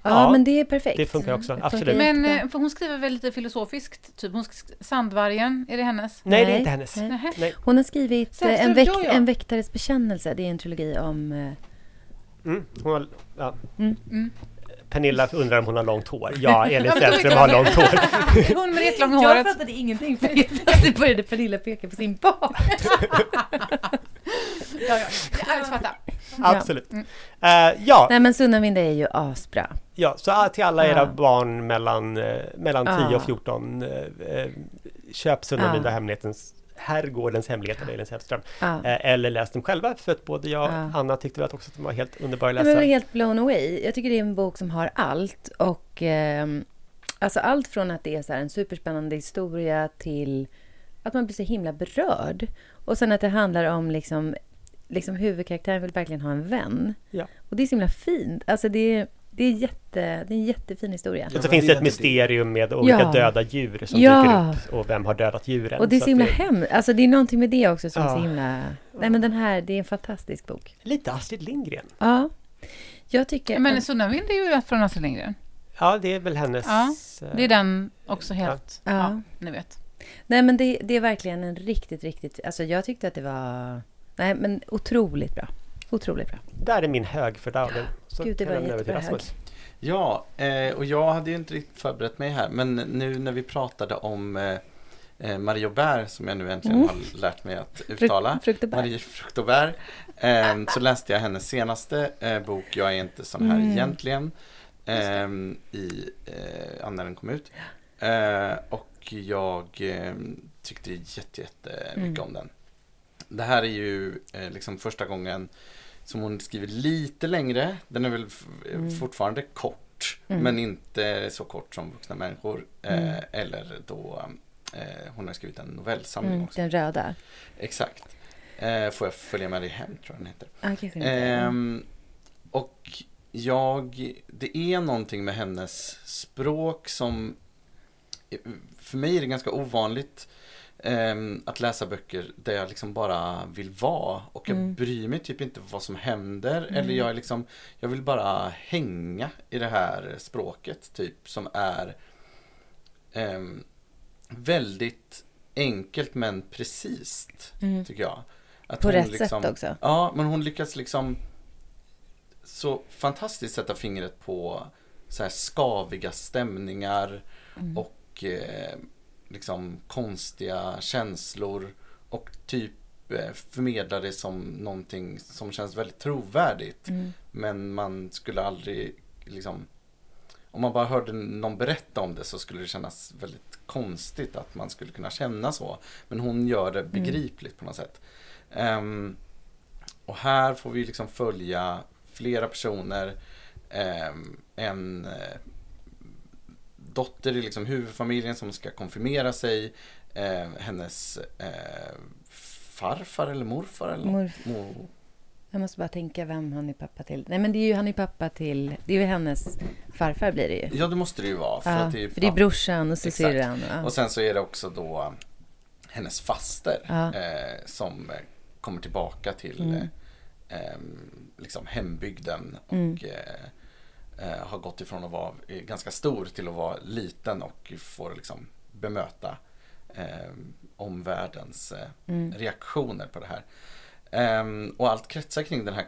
S3: Ja, men det är perfekt.
S10: Det funkar också,
S3: Mm.
S10: absolut.
S9: Men eh, för hon skriver väl lite filosofiskt, typ hon sk- Sandvargen, är det hennes?
S10: Nej, det är inte hennes.
S3: Nej.
S9: Nähä.
S3: Hon har skrivit
S9: Sen
S3: eh, en,
S9: skrev
S3: väkt,
S9: jag, ja.
S3: en väktares bekännelse. Det är en trilogi om... eh,
S10: Mm, hon har, ja.
S3: Mm.
S10: Pernilla undrar om hon har långt hår. Ja, Elin
S3: Ja, men då vet
S10: Sävström
S3: jag
S10: har
S3: vad-
S10: långt hår.
S9: Hon med långt
S3: Jag
S9: håret.
S3: fattade ingenting för plötsligt började Pernilla peka på sin bak.
S9: Ja, ja. Alice fattar.
S10: Absolut.
S3: Mm.
S10: Eh, ja,
S3: Nej, men Sunnanvinda är ju asbra.
S10: ja, så ah, till alla era
S3: Ja. Ah.
S10: barn mellan, eh, mellan
S3: Ja.
S10: 10 och 14, eh, eh, köp
S3: Ah.
S10: Sunnanvinda hemlighetens Herrgårdens hemlighet av Elin Sävström.
S3: Ja.
S10: Eh, eller läs dem själva, för att både jag och
S3: Ja.
S10: Anna tyckte väl att också att de var helt underbara att
S3: Jag blev
S10: läsa.
S3: helt blown away. Jag tycker det är en bok som har allt. Och, ehm, alltså allt från att det är så här en superspännande historia till att man blir så himla berörd. Och sen att det handlar om liksom, liksom huvudkaraktären vill verkligen ha en vän.
S10: Ja.
S3: Och det är så himla fint. Alltså det, är- det, är jätte, det är en jättefin historia.
S10: Och så finns det ett mysterium med olika
S3: Ja.
S10: döda djur som
S3: Ja.
S10: dyker upp och vem har dödat djuren.
S3: Och det är så
S10: att Ah.
S3: himla hem. Alltså det är någonting med det också som är
S10: Ja.
S3: så himla... Nej men den här, det är en fantastisk bok.
S10: Lite Astrid Lindgren.
S3: Ja. Jag tycker...
S9: Men Sunnavind är ju från Astrid Lindgren.
S10: Ja, det är väl hennes...
S9: Ja,
S10: eh,
S9: det är den också helt...
S3: Ja.
S9: Ja, ni vet.
S3: Nej, men det, det är verkligen en riktigt, riktigt... Alltså jag tyckte att det var... Nej, men otroligt bra. Otroligt bra.
S10: Där är min hög för dagen. Så
S3: Gud, det
S10: kan jag
S3: var
S10: lämna över till
S3: jättebra hög.
S10: Rasmus.
S8: Ja, eh, och jag hade ju inte riktigt förberett mig här, men nu när vi pratade om eh, eh, Marie Aubert, som jag nu äntligen
S3: Mm.
S8: har lärt mig att uttala,
S3: frukt och bär.
S8: Marie Frukt och Bär, eh, så läste jag hennes senaste eh, bok, Jag är inte sån här
S3: Mm.
S8: egentligen, eh, i, eh, när den kom ut. Eh, och jag eh, tyckte jätte, jättemycket
S19: Mm.
S8: om den. Det här är ju eh, liksom första gången som hon skriver lite längre. Den är väl f-
S19: Mm.
S8: fortfarande kort,
S19: Mm.
S8: men inte så kort som vuxna människor. Eh,
S3: Mm.
S8: Eller då eh, hon har skrivit en novellsamling
S3: Mm,
S8: också.
S3: den röda.
S8: Exakt. Eh, får jag följa med dig hem, tror jag den heter.
S3: Ah, kanske den heter, ja.
S8: Ehm, och jag, det är någonting med hennes språk som, för mig är det ganska ovanligt ehm, att läsa böcker där jag liksom bara vill vara och jag
S19: Mm.
S8: bryr mig typ inte vad som händer
S19: Mm.
S8: eller jag är liksom, jag vill bara hänga i det här språket typ som är ehm, väldigt enkelt men precist,
S3: Mm.
S8: tycker jag.
S3: På
S8: hon liksom-
S3: rätt sätt också.
S8: Ja, men hon lyckas liksom så fantastiskt sätta fingret på så här skaviga stämningar
S19: Mm.
S8: och eh, liksom konstiga känslor och typ eh, förmedla det som någonting som känns väldigt trovärdigt.
S19: Mm.
S8: Men man skulle aldrig liksom om man bara hörde någon berätta om det så skulle det kännas väldigt konstigt att man skulle kunna känna så. Men hon gör det begripligt på något sätt. Ehm, och här får vi liksom följa flera personer. Ehm, en eh, dotter i liksom huvudfamiljen som ska konfirmera sig. Ehm, hennes eh, farfar eller morfar eller något.
S3: Morf-
S8: Mor-
S3: Jag måste bara tänka vem han är pappa till. Nej, men det är ju han är pappa till... Det är ju hennes farfar blir det ju.
S8: Ja, det måste det ju vara. För,
S3: Ja,
S8: att det, är,
S3: för det är
S8: ja.
S3: brorsan och så
S8: Exakt.
S3: syrran, ja.
S8: Och sen så är det också då hennes faster
S3: Ja.
S8: eh, som eh, kommer tillbaka till
S3: Mm.
S8: eh, ehm, liksom hembygden och
S3: Mm.
S8: eh, eh, har gått ifrån att vara eh, ganska stor till att vara liten och får liksom bemöta eh, omvärldens eh,
S19: Mm.
S8: reaktioner på det här. Ehm, och allt kretsar kring den här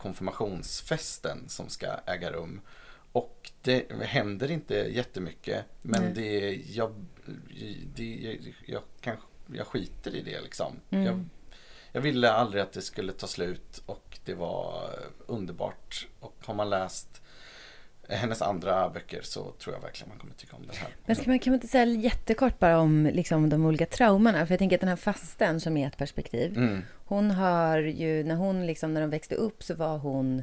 S8: konfirmationsfesten som ska äga rum. Och det händer inte jättemycket men
S19: Nej.
S8: det, jag, det, jag, jag, kan, jag skiter i det liksom.
S19: Mm.
S8: Jag, jag ville aldrig att det skulle ta slut och det var underbart. Och har man läst hennes andra böcker så tror jag verkligen man kommer tycka om den här.
S3: Men ska man, kan man inte säga jättekort bara om liksom, de olika traumorna? För jag tänker att den här fasten som är ett perspektiv.
S8: Mm.
S3: Hon har ju, när hon liksom, när de växte upp så var hon,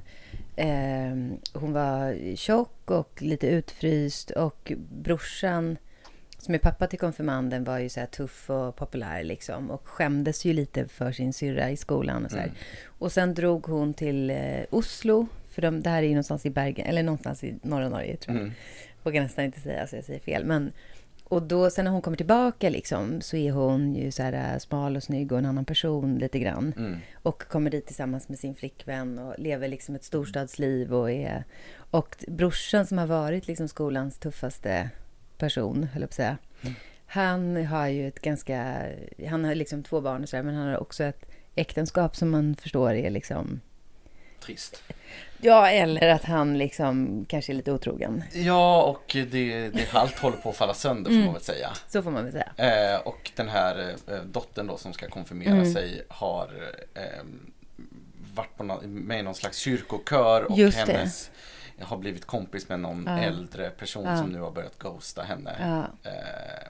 S3: eh, hon var tjock och lite utfryst och brorsan som är pappa till konfirmanden var ju så här tuff och populär liksom och skämdes ju lite för sin syrra i skolan och så här.
S19: Mm.
S3: Och sen drog hon till eh, Oslo, för de, det här är ju någonstans i Bergen, eller någonstans i norra Norge tror jag.
S19: Mm.
S3: Vågar nästan inte säga så jag säger fel. Men, och då, sen när hon kommer tillbaka liksom, så är hon ju så här eh, smal och snygg och en annan person lite grann.
S19: Mm.
S3: Och kommer dit tillsammans med sin flickvän och lever liksom ett storstadsliv och är... Och t- brorsan som har varit liksom skolans tuffaste person, höll jag på att säga. Han har ju ett ganska... Han har liksom två barn och sådär, men han har också ett äktenskap som man förstår är liksom...
S8: Trist.
S3: Ja, eller att han liksom kanske är lite otrogen.
S8: Ja, och det, det allt håller på att falla sönder får
S3: Mm.
S8: man väl säga.
S3: Så får man väl säga.
S8: Eh, och den här eh, dottern då som ska konfirmera
S3: Mm.
S8: sig har eh, varit på nå- med i någon slags kyrkokör och
S3: Just det.
S8: hennes har blivit kompis med någon
S3: Ja.
S8: äldre person
S3: Ja.
S8: som nu har börjat ghosta henne.
S3: Ja.
S8: Eh,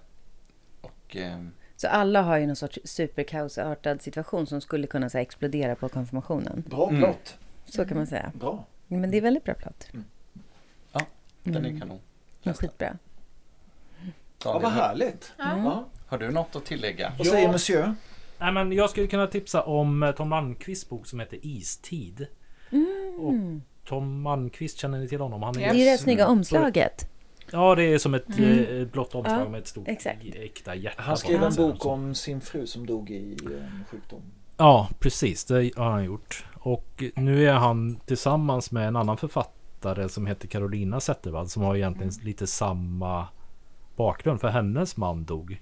S8: och eh,
S3: Så alla har ju någon sorts superkaosartad situation som skulle kunna så här, explodera på konfirmationen.
S5: Bra
S8: Mm.
S5: plott.
S3: Så kan man säga.
S5: Bra.
S3: Men det är väldigt bra plott.
S8: ja, den
S3: Mm.
S8: är kanon.
S3: Den är skitbra.
S8: Daniel,
S5: vad
S8: har-
S5: härligt.
S3: Mm.
S5: Ja.
S8: Har du något att tillägga?
S13: Vad säger monsieur?
S14: Nej, men jag skulle kunna tipsa om eh, Tom Malmqvists bok som heter Istid.
S3: Mm.
S14: Tom Malmqvist, känner ni till honom? Han
S3: Det är ju det här snygga omslaget.
S14: Ja, det är som ett
S3: Mm.
S14: eh, blått omslag
S3: Ja,
S14: med ett stort
S3: exakt.
S14: äkta hjärta.
S5: Han
S14: på
S5: skrev en
S14: baksidan.
S5: bok om sin fru som dog i eh, en sjukdom.
S14: Ja, precis. Det har han gjort. Och nu är han tillsammans med en annan författare som heter Carolina Zettervall som har egentligen lite samma bakgrund för hennes man dog.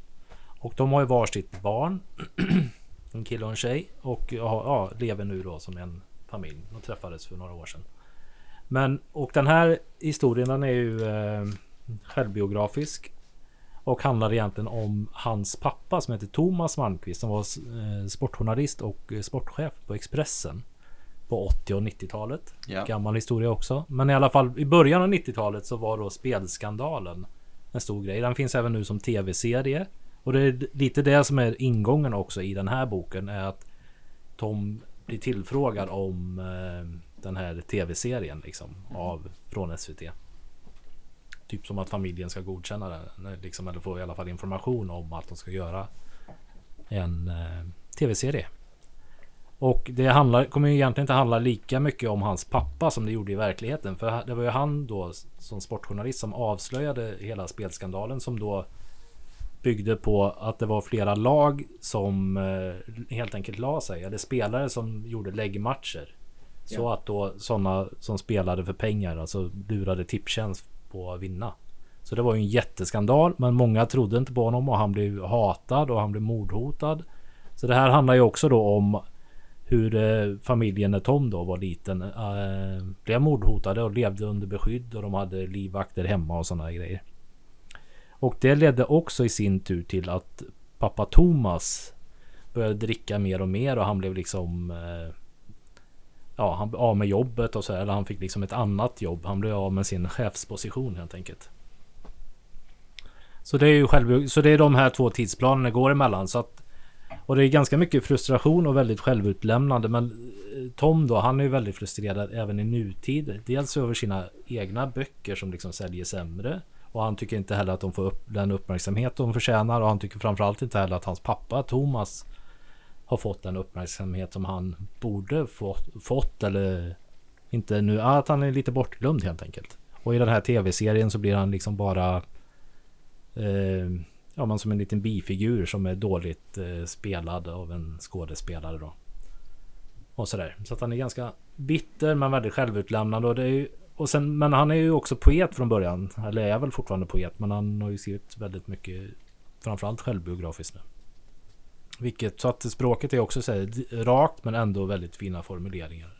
S4: Och de har ju varsitt barn. en kille och en tjej. Och ja, ja, lever nu då som en familj. De träffades för några år sedan. Men, och den här historien den är ju eh, självbiografisk. Och handlar egentligen om hans pappa som heter Thomas Malmqvist som var eh, sportjournalist och eh, sportchef på Expressen. På 80 och 90-talet.
S8: Ja.
S4: Gammal historia också. Men i alla fall i början av 90-talet så var då spelskandalen en stor grej. Den finns även nu som tv-serie. Och det är lite det som är ingången också i den här boken. är att Tom blir tillfrågad om eh, den här tv-serien liksom, av, från SVT. Typ som att familjen ska godkänna den. Liksom, eller få i alla fall information om att de ska göra en eh, tv-serie. Och det handlar, kommer ju egentligen inte handla lika mycket om hans pappa som det gjorde i verkligheten. För det var ju han då som sportjournalist som avslöjade hela spelskandalen som då byggde på att det var flera lag som eh, helt enkelt la sig. Eller spelare som gjorde läggmatcher. Så
S8: Ja.
S4: att då sådana som spelade för pengar, alltså lurade Tipstjänst på att vinna. Så det var ju en jätteskandal, men många trodde inte på honom och han blev hatad och han blev mordhotad. Så det här handlar ju också då om hur eh, familjen när Tom då var liten eh, blev mordhotade och levde under beskydd och de hade livvakter hemma och sådana grejer. Och det ledde också i sin tur till att pappa Thomas började dricka mer och mer och han blev liksom eh, Ja, han blev av med jobbet och så här, eller han fick liksom ett annat jobb. Han blev av med sin chefsposition helt enkelt. Så det är ju själv, så det är de här två tidsplanerna går emellan så att och det är ganska mycket frustration och väldigt självutlämnande. Men eh, Tom då, han är ju väldigt frustrerad även i nutid. Dels över sina egna böcker som liksom säljer sämre. Och han tycker inte heller att de får upp den uppmärksamhet de förtjänar. Och han tycker framförallt inte heller att hans pappa Thomas har fått den uppmärksamhet som han borde fått, fått eller inte nu. ah, Att han är lite bortglömd helt enkelt. Och i den här tv-serien så blir han liksom bara eh, ja, men som en liten bifigur som är dåligt eh, spelad av en skådespelare då. Och sådär. Så att han är ganska bitter men väldigt självutlämnande. Och det är ju, och sen, men han är ju också poet från början. Eller är väl fortfarande poet. Men han har ju skrivit väldigt mycket. Framförallt självbiografiskt nu. Vilket så att språket är också så här, d- rakt men ändå väldigt fina formuleringar.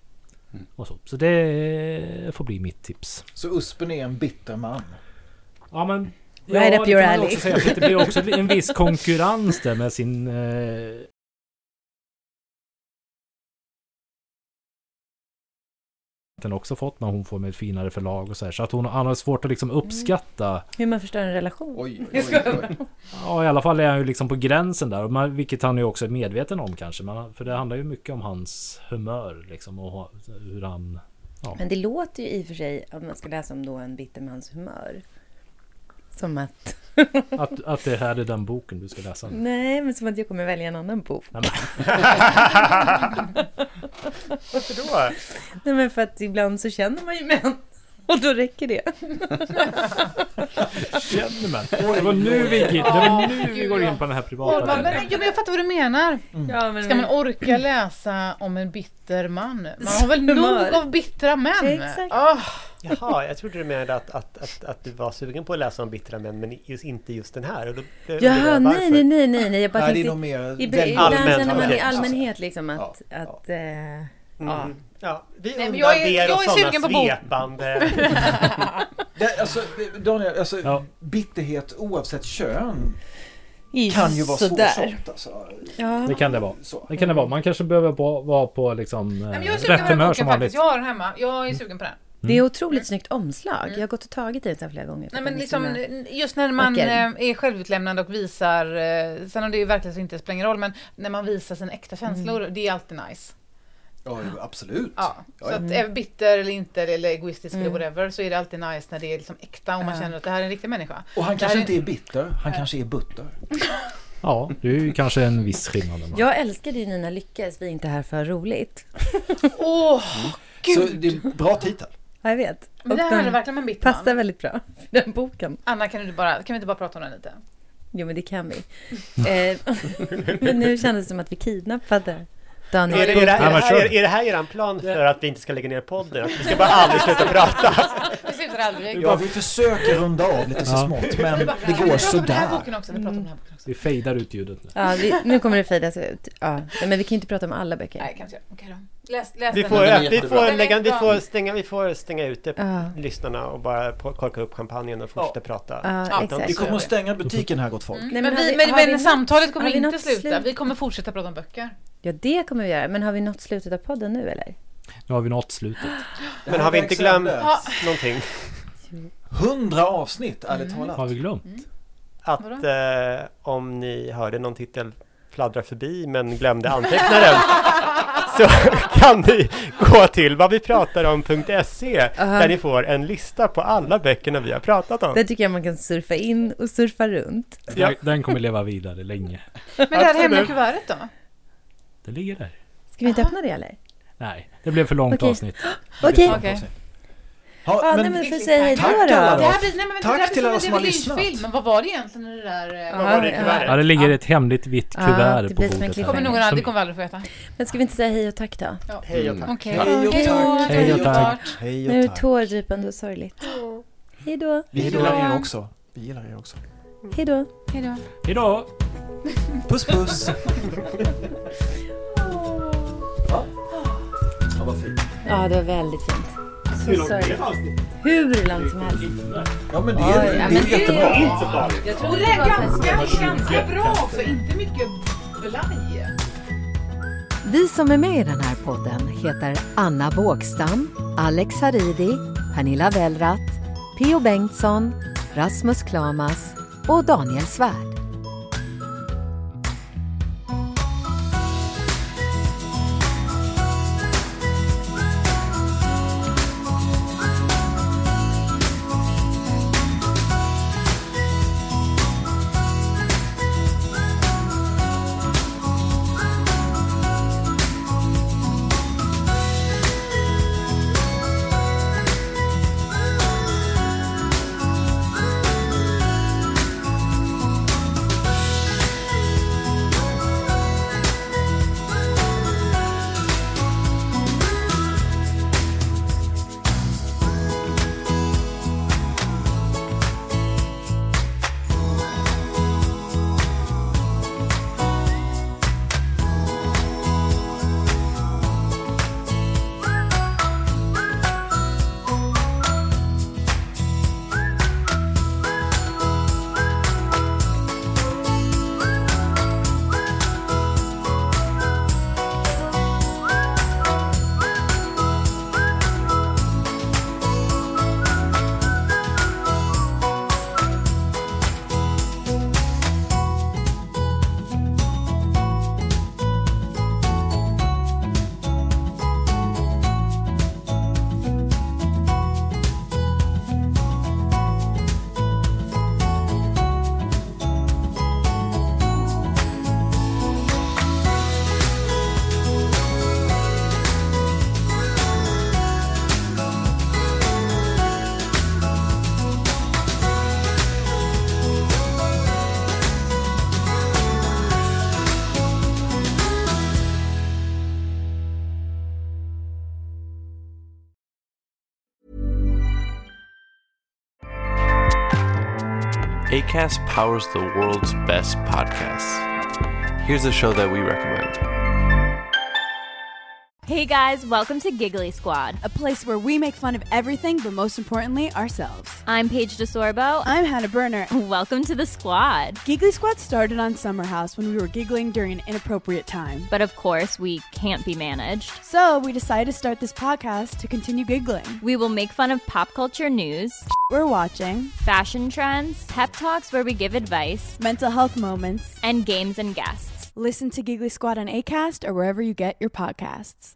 S4: Och så. så det får bli mitt tips.
S5: Så Uspen är en bitter man?
S4: Ja men...
S3: Right up
S4: det
S3: your
S4: kan man
S3: alley.
S4: också säga. Så Det blir också en viss konkurrens där med sin... Eh, den också fått när hon får med ett finare förlag och så här. Så att hon han har svårt att liksom
S3: Mm.
S4: uppskatta.
S3: Hur man förstör en relation. Oj,
S4: Ja i alla fall är han ju liksom på gränsen där. och man- Vilket han ju också är medveten om kanske. Men, för det handlar ju mycket om hans humör liksom. Och ha- hur han... Ja.
S3: Men det låter ju i och för sig, om man ska läsa om då en bitter mans humör. Som att...
S4: Att, att det här är den boken du ska läsa. nu.
S3: Nej, men som att jag kommer välja en annan bok.
S4: Nej,
S3: Varför då? Nej, men för att ibland så känner man ju män. Och då räcker det.
S4: Känner man? Det var nu vi, det var nu vi går in på den här
S9: Åh,
S4: privata
S9: vad- Mm.
S4: delen.
S9: men, ja, men jag fattar vad du menar.
S3: Ja, men-
S9: Ska man orka läsa om en bitter man? Man har väl nog av bittra män?
S10: Exakt.
S9: Åh.
S10: Jaha, jag trodde du menade att, att, att, att du var sugen på att läsa om bittra män, men just, inte just den här. Och då, då undrar
S3: Jaha,
S10: jag varför.
S3: nej, nej, nej, nej, nej. Jag bara
S10: Nej, det är
S3: tänkte,
S10: nog mer
S3: i-
S10: den
S3: ibland
S10: allmän-
S3: känner man i
S10: okej.
S3: allmänhet liksom att... att eh, ja.
S10: Mm. Ja, vi
S9: Nej, men
S10: undrar
S9: jag är-
S10: mer
S9: jag
S10: av
S9: är
S10: sådana
S9: sugen på bok.
S10: svepande...
S5: Det, alltså, det- Daniel, alltså, bitterhet oavsett kön
S3: Is-
S5: kan ju vara
S3: sådär.
S5: svårsålt. Alltså.
S3: Ja.
S4: Det kan det vara. Det kan det vara. Man kanske behöver på, vara på liksom,
S9: Nej, men
S4: eh,
S9: jag är sugen
S4: rätt
S9: på den här
S4: humör
S9: boken
S4: som vanligt.
S9: faktiskt. Jag har den hemma. Jag är sugen på den.
S3: Det är otroligt snyggt omslag. Jag har gått och tagit i det så här flera gånger. för
S9: Nej,
S3: att den
S9: men
S3: är
S9: liksom,
S3: så himla-
S9: just när man
S3: Okej.
S9: eh, är självutlämnande och visar, eh, sen om det är verkligen så inte spelar ingen roll, men när man visar sina äkta känslor, det är alltid nice.
S5: Ja, jo, absolut.
S9: Ja,
S5: Ja,
S9: så
S5: ja.
S9: att är bitter eller inte eller egoistisk
S5: Mm.
S9: eller whatever så är det alltid nice när det är liksom äkta
S3: Mm.
S9: och man
S5: Ja.
S9: känner att det här är en riktig människa.
S5: Och han
S9: Det här
S5: kanske inte är bitter, han kanske är butter.
S4: Ja, det är ju kanske en viss skillnad. ändå.
S3: Jag älskade ju Nina Lyckes Vi är inte här för roligt.
S9: Åh,
S5: Så det är bra titel.
S3: Ja, jag vet.
S9: Men det
S3: Och
S9: här
S3: den
S9: handlar verkligen om en bitter
S3: Passar
S9: man.
S3: väldigt bra för den boken.
S9: Anna, kan, du inte bara, kan vi inte bara prata om den lite?
S3: Jo, men det kan vi. eh, men nu kändes det som att vi kidnappade utan...
S10: Är det, är, det här, är, är det här eran plan för att vi inte ska lägga ner podden? Att vi ska bara aldrig sluta prata?
S9: Det slutar aldrig.
S5: Ja, vi försöker runda av lite så
S4: Ja.
S5: smått, men det
S9: Vi pratar
S5: går
S9: om den
S5: sådär.
S9: här boken också. Vi pratar om den här boken.
S4: Vi fejdar ut ljudet nu.
S3: Ja, vi, nu kommer det fejdas ut. Ja, nej, men vi kan ju inte prata om alla böcker. Nej,
S9: kanske. Okej då. Läs, läs
S10: Vi
S9: den.
S10: får,
S9: Den är
S10: öpp- vi,
S9: jättebra.
S10: får
S9: Den är
S10: lägga, vi,
S9: bra.
S10: får stänga, vi får stänga ute
S9: Ja.
S10: lyssnarna och bara po- korka upp champagnen och fortsätta prata.
S3: Ja,
S10: Utan-
S3: exakt.
S5: Vi kommer att stänga butiken här gott folk.
S3: Nej,
S9: men
S3: har
S9: vi,
S3: vi-
S9: men,
S3: har
S9: men
S3: vi något-
S9: samtalet kommer
S3: har vi
S9: inte
S3: något
S9: sluta.
S3: slut?
S9: Vi kommer fortsätta prata om böcker.
S3: Ja, det kommer vi göra. Men har vi nått slutet av podden nu eller?
S4: Nu har vi nått slutet.
S10: Men har vi inte glömt någonting?
S5: Hundra avsnitt, ärligt talat.
S4: Har vi glömt?
S9: Mm.
S10: Att eh, om ni hörde någon titel fladdra förbi men glömde anteckna den så kan ni gå till vadvipratarom.se
S3: Aha.
S10: E, där ni får en lista på alla böckerna vi har pratat om.
S3: Där tycker jag man kan surfa in och surfa runt.
S4: Den- Den kommer leva vidare länge.
S9: Men det här hemliga
S10: Absolut.
S9: kuvertet då?
S4: Det ligger där.
S3: Ska vi inte öppna det eller?
S4: Nej, det blev för långt
S3: Okej.
S4: avsnitt.
S3: Okej.
S4: Det blev för långt
S3: Okej.
S4: avsnitt.
S5: Ja,
S3: ah,
S5: men-
S3: nej, men så säger jag
S5: Tack
S3: då.
S5: alla
S9: Det
S3: då.
S9: här blir, nej, men, det här blir som en Lynch-film. Men vad var det egentligen i det där? eh,
S3: Vad var det i kuvertet?
S4: Ja, det ligger ett hemligt vitt
S3: Ja,
S4: kuvert
S3: det blir
S4: på
S3: som en
S4: bordet.
S9: Det
S4: här.
S9: kommer nog aldrig, det
S4: Som-
S9: kommer vi aldrig få veta.
S3: Men ska vi inte säga hej och tack då?
S9: Ja.
S10: Hej och tack.
S9: Okej.
S10: Ja. Hej och
S9: Hej
S10: tack.
S9: då.
S10: Hej och
S9: då.
S10: tack.
S5: Hej och
S3: Nu är det
S5: tack.
S3: tårdrypande och sorgligt. Hej då.
S5: Vi gillar er också. Vi gillar er också.
S3: Hej då.
S9: Hej då.
S4: Hejdå!
S5: Puss puss!
S20: Ja, vad fint.
S3: Ja, det var väldigt fint.
S20: Hur
S3: Så
S20: långt blev
S3: sorgligt.
S20: avsnittet?
S3: Hur långt som helst.
S20: Ja, men det
S3: Oj,
S20: är,
S3: ja,
S20: det
S3: men
S20: är
S3: det är
S20: jättebra.
S3: inte så farligt. Jag tror
S21: Och det är ganska, ganska bra också. Inte mycket blaj.
S22: Vi som är med i den här podden heter Anna Bågstam, Alex Haridi, Pernilla Wellrath, P.O. Bengtsson, Rasmus Klamas och Daniel Svärd.
S8: ACAST powers the world's best podcasts. Here's a show that we recommend.
S18: Hey guys, welcome to Giggly Squad.
S1: A place where we make fun of everything, but most importantly, ourselves.
S18: I'm Paige DeSorbo.
S1: I'm Hannah Berner.
S18: Welcome to the squad.
S1: Giggly Squad started on Summer House when we were giggling during an inappropriate time.
S18: But of course, we can't be managed.
S1: So we decided to start this podcast to continue giggling.
S18: We will make fun of pop culture news,
S1: We're watching
S18: fashion trends, pep talks where we give advice,
S1: mental health moments.
S18: and games and guests.
S1: Listen to Giggly Squad on ACAST or wherever you get your podcasts.